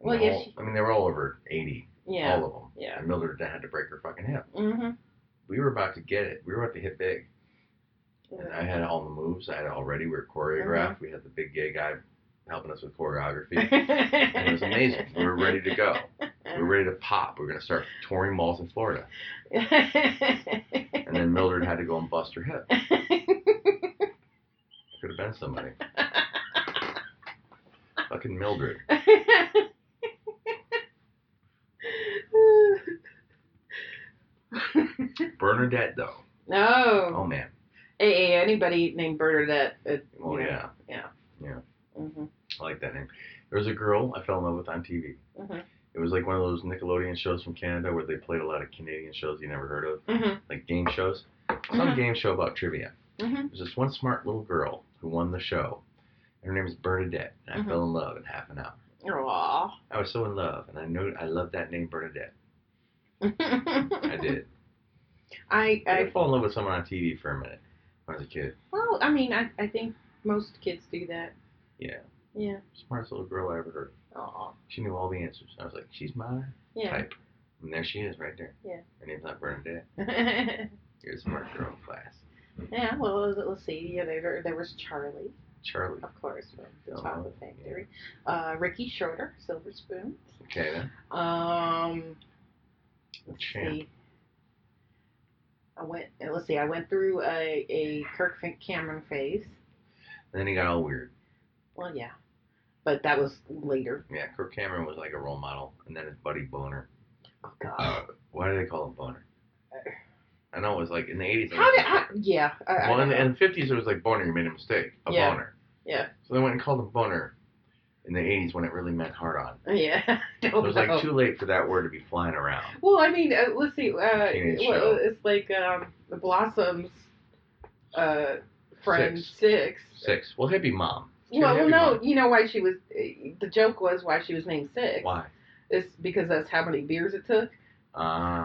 [SPEAKER 1] Well,
[SPEAKER 2] they're
[SPEAKER 1] yes,
[SPEAKER 2] all-
[SPEAKER 1] she-
[SPEAKER 2] I mean they were all over eighty,
[SPEAKER 1] yeah,
[SPEAKER 2] all of them.
[SPEAKER 1] yeah.
[SPEAKER 2] And Mildred had to break her fucking hip.
[SPEAKER 1] Mm-hmm.
[SPEAKER 2] We were about to get it. We were about to hit big. And I had all the moves. I had it already. We were choreographed. We had the big gay guy helping us with choreography. and it was amazing. We were ready to go.
[SPEAKER 1] Uh-huh.
[SPEAKER 2] We were ready to pop. We were going to start touring malls in Florida. And then Mildred had to go and bust her hip. Could have been somebody. Fucking Mildred. Bernadette, though. Oh,
[SPEAKER 1] no.
[SPEAKER 2] man.
[SPEAKER 1] Hey, hey, anybody named Bernadette? Uh,
[SPEAKER 2] Well,
[SPEAKER 1] Yeah.
[SPEAKER 2] Oh, yeah.
[SPEAKER 1] mm-hmm.
[SPEAKER 2] I like that name. There was a girl I fell in love with on TV.
[SPEAKER 1] Mhm.
[SPEAKER 2] It was like one of those Nickelodeon shows from Canada where they played a lot of Canadian shows you never heard of,
[SPEAKER 1] Mm-hmm.
[SPEAKER 2] like game shows. Some
[SPEAKER 1] Mhm.
[SPEAKER 2] game show about trivia.
[SPEAKER 1] Mm-hmm.
[SPEAKER 2] There's this one smart little girl who won the show. Her name is Bernadette, and I
[SPEAKER 1] Mhm.
[SPEAKER 2] fell in love in half an hour.
[SPEAKER 1] Aw.
[SPEAKER 2] I was so in love, and I knew I loved that name Bernadette. I did.
[SPEAKER 1] I,
[SPEAKER 2] I
[SPEAKER 1] I,
[SPEAKER 2] fall in love with someone on TV for a minute when I was a kid.
[SPEAKER 1] well, I mean, I, I think most kids do that.
[SPEAKER 2] Yeah.
[SPEAKER 1] Yeah.
[SPEAKER 2] Smartest little girl I ever heard.
[SPEAKER 1] Aw.
[SPEAKER 2] She knew all the answers. I was like, she's my
[SPEAKER 1] Yeah.
[SPEAKER 2] type. And there she is, right there.
[SPEAKER 1] Yeah.
[SPEAKER 2] Her name's not Bernadette.
[SPEAKER 1] yeah.
[SPEAKER 2] You're a smart girl in class.
[SPEAKER 1] Well, let's see. Yeah, there, there was Charlie,
[SPEAKER 2] Charlie.
[SPEAKER 1] of course, from
[SPEAKER 2] Don't
[SPEAKER 1] Chocolate
[SPEAKER 2] know.
[SPEAKER 1] Factory. Uh, Ricky Schroeder, Silver Spoon.
[SPEAKER 2] Okay then.
[SPEAKER 1] Um. Let's
[SPEAKER 2] Champ.
[SPEAKER 1] see. I went. uh, Let's see. I went through a a Kirk Fin- Cameron phase.
[SPEAKER 2] And then he got all weird.
[SPEAKER 1] Well, yeah, but that was later.
[SPEAKER 2] Yeah, Kirk Cameron was like a role model, and then his buddy Boner.
[SPEAKER 1] Oh God.
[SPEAKER 2] Uh, why do they call him Boner? I know it was like in the 80s. it
[SPEAKER 1] How
[SPEAKER 2] was
[SPEAKER 1] did?
[SPEAKER 2] like-
[SPEAKER 1] How, yeah. I, I
[SPEAKER 2] Well,
[SPEAKER 1] don't
[SPEAKER 2] in the,
[SPEAKER 1] know.
[SPEAKER 2] in the 50s, it was like boner, you made a mistake. A
[SPEAKER 1] Yeah.
[SPEAKER 2] boner.
[SPEAKER 1] Yeah.
[SPEAKER 2] So they went and called him boner in the 80s when it really meant hard on.
[SPEAKER 1] yeah.
[SPEAKER 2] So
[SPEAKER 1] Don't
[SPEAKER 2] it was
[SPEAKER 1] know.
[SPEAKER 2] like too late for that word to be flying around.
[SPEAKER 1] Well, I mean, uh, let's see. Uh,
[SPEAKER 2] Teenage
[SPEAKER 1] well,
[SPEAKER 2] show.
[SPEAKER 1] it's like um, the Blossoms. Uh, friend
[SPEAKER 2] Six.
[SPEAKER 1] six.
[SPEAKER 2] Six. Well, hippie mom. She was
[SPEAKER 1] Well,
[SPEAKER 2] a
[SPEAKER 1] well,
[SPEAKER 2] hippie
[SPEAKER 1] no,
[SPEAKER 2] mom.
[SPEAKER 1] you know why she was. uh, The joke was why she was named six.
[SPEAKER 2] Why?
[SPEAKER 1] It's because that's how many beers it took.
[SPEAKER 2] Uh,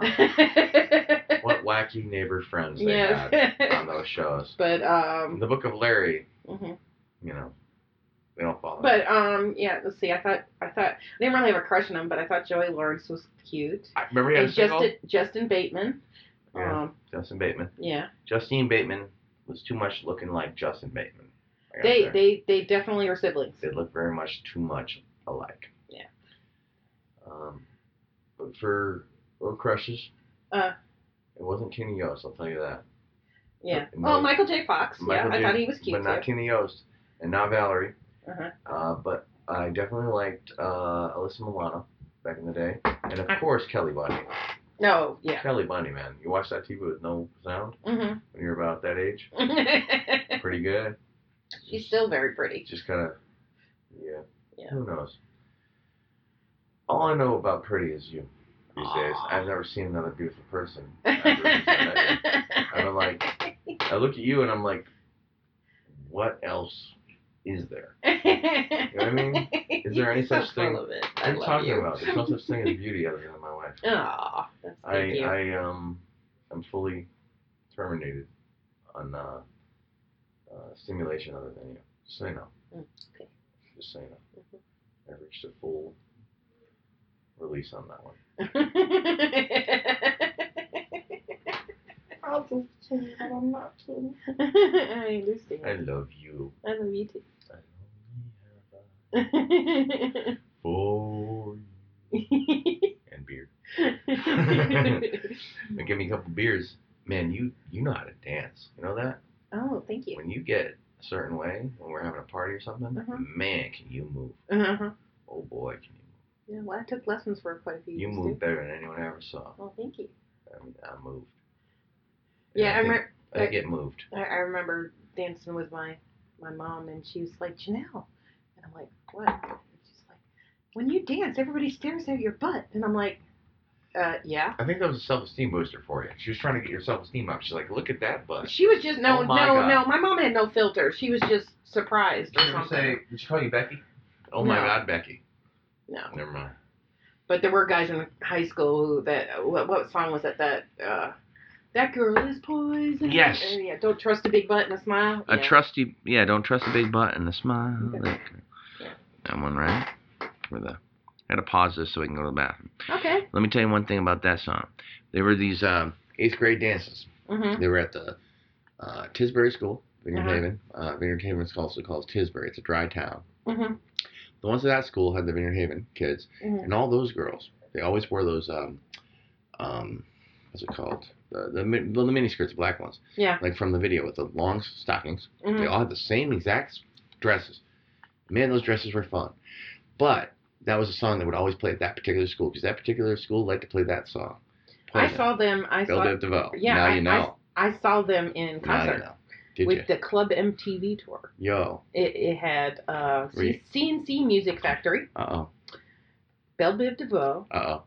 [SPEAKER 2] what wacky neighbor friends they had on
[SPEAKER 1] yes.
[SPEAKER 2] those shows.
[SPEAKER 1] but
[SPEAKER 2] In
[SPEAKER 1] um.
[SPEAKER 2] the Book of Larry,
[SPEAKER 1] mhm.
[SPEAKER 2] you know, they don't follow.
[SPEAKER 1] But um. Yeah. Let's see. I thought. I thought. I didn't really have a crush on him, but I thought Joey Lawrence was cute.
[SPEAKER 2] I remember he had a
[SPEAKER 1] and
[SPEAKER 2] single?
[SPEAKER 1] Justin Justin Bateman.
[SPEAKER 2] Yeah.
[SPEAKER 1] Um.
[SPEAKER 2] Justin Bateman.
[SPEAKER 1] Yeah.
[SPEAKER 2] Justine Bateman was too much looking like Justin Bateman. I gotta
[SPEAKER 1] They
[SPEAKER 2] say.
[SPEAKER 1] they they definitely are siblings.
[SPEAKER 2] they look very much too much alike.
[SPEAKER 1] Yeah.
[SPEAKER 2] Um, but for little crushes,
[SPEAKER 1] Uh.
[SPEAKER 2] it wasn't Kenny Yost. I'll tell you that.
[SPEAKER 1] Yeah.
[SPEAKER 2] But-
[SPEAKER 1] Oh, Michael J. Fox.
[SPEAKER 2] Michael
[SPEAKER 1] yeah.
[SPEAKER 2] J-
[SPEAKER 1] I thought he was cute
[SPEAKER 2] but not
[SPEAKER 1] too.
[SPEAKER 2] Kenny Yost, and not Valerie.
[SPEAKER 1] Uh-huh.
[SPEAKER 2] Uh, but I definitely liked uh, Alyssa Milano back in the day, and of course Kelly Bundy.
[SPEAKER 1] No. Yeah.
[SPEAKER 2] Kelly Bundy, man, you watch that TV with no sound
[SPEAKER 1] hmm
[SPEAKER 2] when you're about that age. Pretty good.
[SPEAKER 1] She's still very pretty.
[SPEAKER 2] just kind of yeah.
[SPEAKER 1] Yeah.
[SPEAKER 2] Who knows? All I know about pretty is you these days.
[SPEAKER 1] Aw.
[SPEAKER 2] I've never seen another beautiful person. I've never seen that.
[SPEAKER 1] I
[SPEAKER 2] I'm like, I look at you and I'm like, what else is there? You know what I mean? Is there any such thing?
[SPEAKER 1] Full of it. I
[SPEAKER 2] What are you
[SPEAKER 1] love
[SPEAKER 2] talking
[SPEAKER 1] you.
[SPEAKER 2] about? There's no such thing as beauty other than my wife.
[SPEAKER 1] Aw, that's
[SPEAKER 2] I
[SPEAKER 1] thank you.
[SPEAKER 2] I um I'm fully terminated on uh, uh stimulation other than you. Just say no.
[SPEAKER 1] Mm, okay.
[SPEAKER 2] Just say no.
[SPEAKER 1] Mhm.
[SPEAKER 2] I reached a full release on that one.
[SPEAKER 1] Mm,
[SPEAKER 3] I just kidding, but I'm not kidding.
[SPEAKER 1] I understand.
[SPEAKER 2] I love you.
[SPEAKER 1] I love you too.
[SPEAKER 2] I only have a for you. and beer. And give me a couple beers. Man, you you know how to dance. You know that?
[SPEAKER 1] oh, thank you.
[SPEAKER 2] When you get a certain way when we're having a party or something,
[SPEAKER 1] Uh-huh.
[SPEAKER 2] man, can you move?
[SPEAKER 1] Uh-huh.
[SPEAKER 2] Oh boy, can you
[SPEAKER 1] Yeah, well, I took lessons for quite a few
[SPEAKER 2] move? You
[SPEAKER 1] years.
[SPEAKER 2] move
[SPEAKER 1] too.
[SPEAKER 2] better than anyone I ever saw.
[SPEAKER 1] Well, thank you.
[SPEAKER 2] I mean, I moved. And
[SPEAKER 1] Yeah, I,
[SPEAKER 2] I, think-
[SPEAKER 1] remember.
[SPEAKER 2] I get moved.
[SPEAKER 1] I, I remember dancing with my my mom, and she was like, "Janelle," and I'm like, "What?" And she's like, "When you dance, everybody stares at your butt," and I'm like, "Uh, yeah."
[SPEAKER 2] I think that was a self-esteem booster for you. She was trying to get your self-esteem up. She's like, look at that butt.
[SPEAKER 1] She was just no,
[SPEAKER 2] Oh
[SPEAKER 1] no,
[SPEAKER 2] my God.
[SPEAKER 1] no. My mom had no filter. She was just surprised or
[SPEAKER 4] Did you ever
[SPEAKER 1] something.
[SPEAKER 4] say? Did she call you Becky?
[SPEAKER 2] Oh my
[SPEAKER 1] No.
[SPEAKER 2] God, Becky.
[SPEAKER 1] No.
[SPEAKER 2] Never mind.
[SPEAKER 1] But there were guys in high school who that what, what song was that that uh, that girl is poison.
[SPEAKER 2] Yes.
[SPEAKER 1] Uh, yeah. Don't trust a big butt and a smile.
[SPEAKER 2] A
[SPEAKER 1] yeah.
[SPEAKER 2] trusty, yeah. Don't trust a big butt and a smile. That,
[SPEAKER 1] Yeah.
[SPEAKER 2] that one, right? For the, I had to pause this so we can go to the bathroom.
[SPEAKER 1] Okay.
[SPEAKER 2] Let me tell you one thing about that song. There were these um, eighth grade dances.
[SPEAKER 1] Mhm.
[SPEAKER 2] They were at the uh, Tisbury School, Vineyard
[SPEAKER 1] Uh-huh.
[SPEAKER 2] Haven. Uh, Vineyard Haven is also called Tisbury. It's a dry town.
[SPEAKER 1] Mhm.
[SPEAKER 2] The ones at that school had the Vineyard Haven kids,
[SPEAKER 1] Mhm.
[SPEAKER 2] and all those girls. They always wore those um, um, what's it called? The the, mi- well, the mini skirts, the black ones.
[SPEAKER 1] Yeah.
[SPEAKER 2] Like from the video with the long stockings. They
[SPEAKER 1] Mhm.
[SPEAKER 2] all had the same exact dresses. Man, those dresses were fun. But that was a song that would always play at that particular school because that particular school liked to play that song.
[SPEAKER 1] I saw them. I
[SPEAKER 2] Build
[SPEAKER 1] saw.
[SPEAKER 2] It Develop.
[SPEAKER 1] Yeah,
[SPEAKER 2] now
[SPEAKER 1] I-
[SPEAKER 2] you know.
[SPEAKER 1] I saw them in
[SPEAKER 2] now you
[SPEAKER 1] concert
[SPEAKER 2] know. Did
[SPEAKER 1] with the Club MTV tour.
[SPEAKER 2] you? Yo.
[SPEAKER 1] It, it had uh,
[SPEAKER 2] Re-
[SPEAKER 1] C- CNC Music Factory,
[SPEAKER 2] Uh oh.
[SPEAKER 1] Belle Biv DeVoe,
[SPEAKER 2] Uh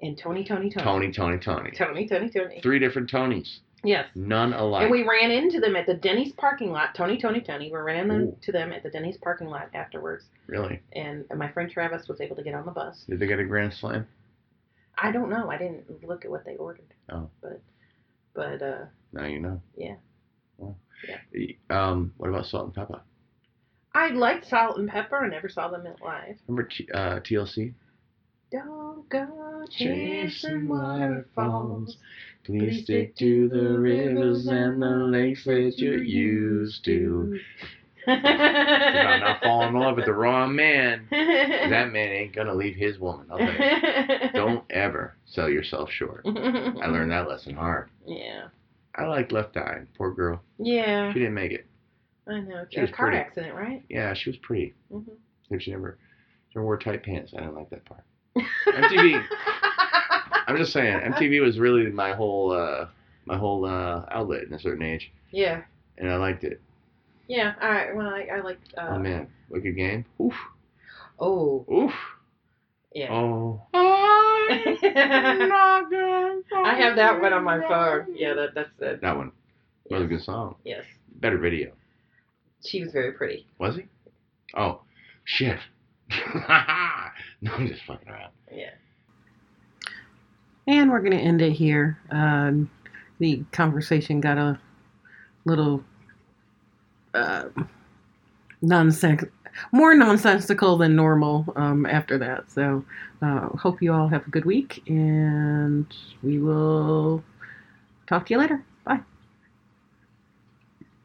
[SPEAKER 1] and Tony Tony
[SPEAKER 2] oh. Tony,
[SPEAKER 1] Tony.
[SPEAKER 2] Tony, Tony.
[SPEAKER 1] Tony Tony Tony.
[SPEAKER 2] Three different Tonys.
[SPEAKER 1] Yes.
[SPEAKER 2] None alike.
[SPEAKER 1] And we ran into them at the Denny's parking lot. Tony Tony Tony. We ran
[SPEAKER 2] Ooh.
[SPEAKER 1] into them at the Denny's parking lot afterwards.
[SPEAKER 2] really?
[SPEAKER 1] And my friend Travis was able to get on the bus.
[SPEAKER 2] Did they get a grand slam?
[SPEAKER 1] I don't know. I didn't look at what they ordered.
[SPEAKER 2] Oh.
[SPEAKER 1] But, but uh,
[SPEAKER 2] Now you know.
[SPEAKER 1] Yeah.
[SPEAKER 2] Wow. Um, what about Salt and Pepper?
[SPEAKER 1] I liked Salt and Pepper. I never saw them in live.
[SPEAKER 2] Remember T- uh, TLC?
[SPEAKER 1] Don't go
[SPEAKER 2] Chasing
[SPEAKER 1] chasing waterfalls.
[SPEAKER 2] waterfalls. Please stick to the rivers and the lakes that you used to. About not falling in love with the wrong man. That man ain't gonna leave his woman. I'll tell you. Don't ever sell yourself short. I learned that lesson hard.
[SPEAKER 1] Yeah.
[SPEAKER 2] I like Left Eye. Poor girl.
[SPEAKER 1] Yeah.
[SPEAKER 2] She didn't make it.
[SPEAKER 1] I know.
[SPEAKER 2] She
[SPEAKER 1] a
[SPEAKER 2] was
[SPEAKER 1] car
[SPEAKER 2] pretty.
[SPEAKER 1] accident, right?
[SPEAKER 2] Yeah, she was pretty.
[SPEAKER 1] Mhm.
[SPEAKER 2] If she never, she never wore tight pants. I didn't like that part. MTV. I'm just saying, MTV was really my whole, uh, my whole uh, outlet in a certain age,
[SPEAKER 1] yeah.
[SPEAKER 2] and I liked it.
[SPEAKER 1] Yeah. All right. Well, I, I like. Uh,
[SPEAKER 2] oh man, Wicked Game. Oof,
[SPEAKER 1] Oh.
[SPEAKER 2] oof.
[SPEAKER 1] Yeah.
[SPEAKER 2] Oh.
[SPEAKER 1] I
[SPEAKER 2] I
[SPEAKER 1] have that one on my phone. Yeah. That, that's it.
[SPEAKER 2] That one that was a good song.
[SPEAKER 1] Yes.
[SPEAKER 2] Better video.
[SPEAKER 1] She was very pretty.
[SPEAKER 2] Was he? Oh, shit. no, I'm just fucking around.
[SPEAKER 1] Yeah. And we're going to end it here. Um, the conversation got a little uh, nonsense, more nonsensical than normal um, after that. So, uh, hope you all have a good week, and we will talk to you later.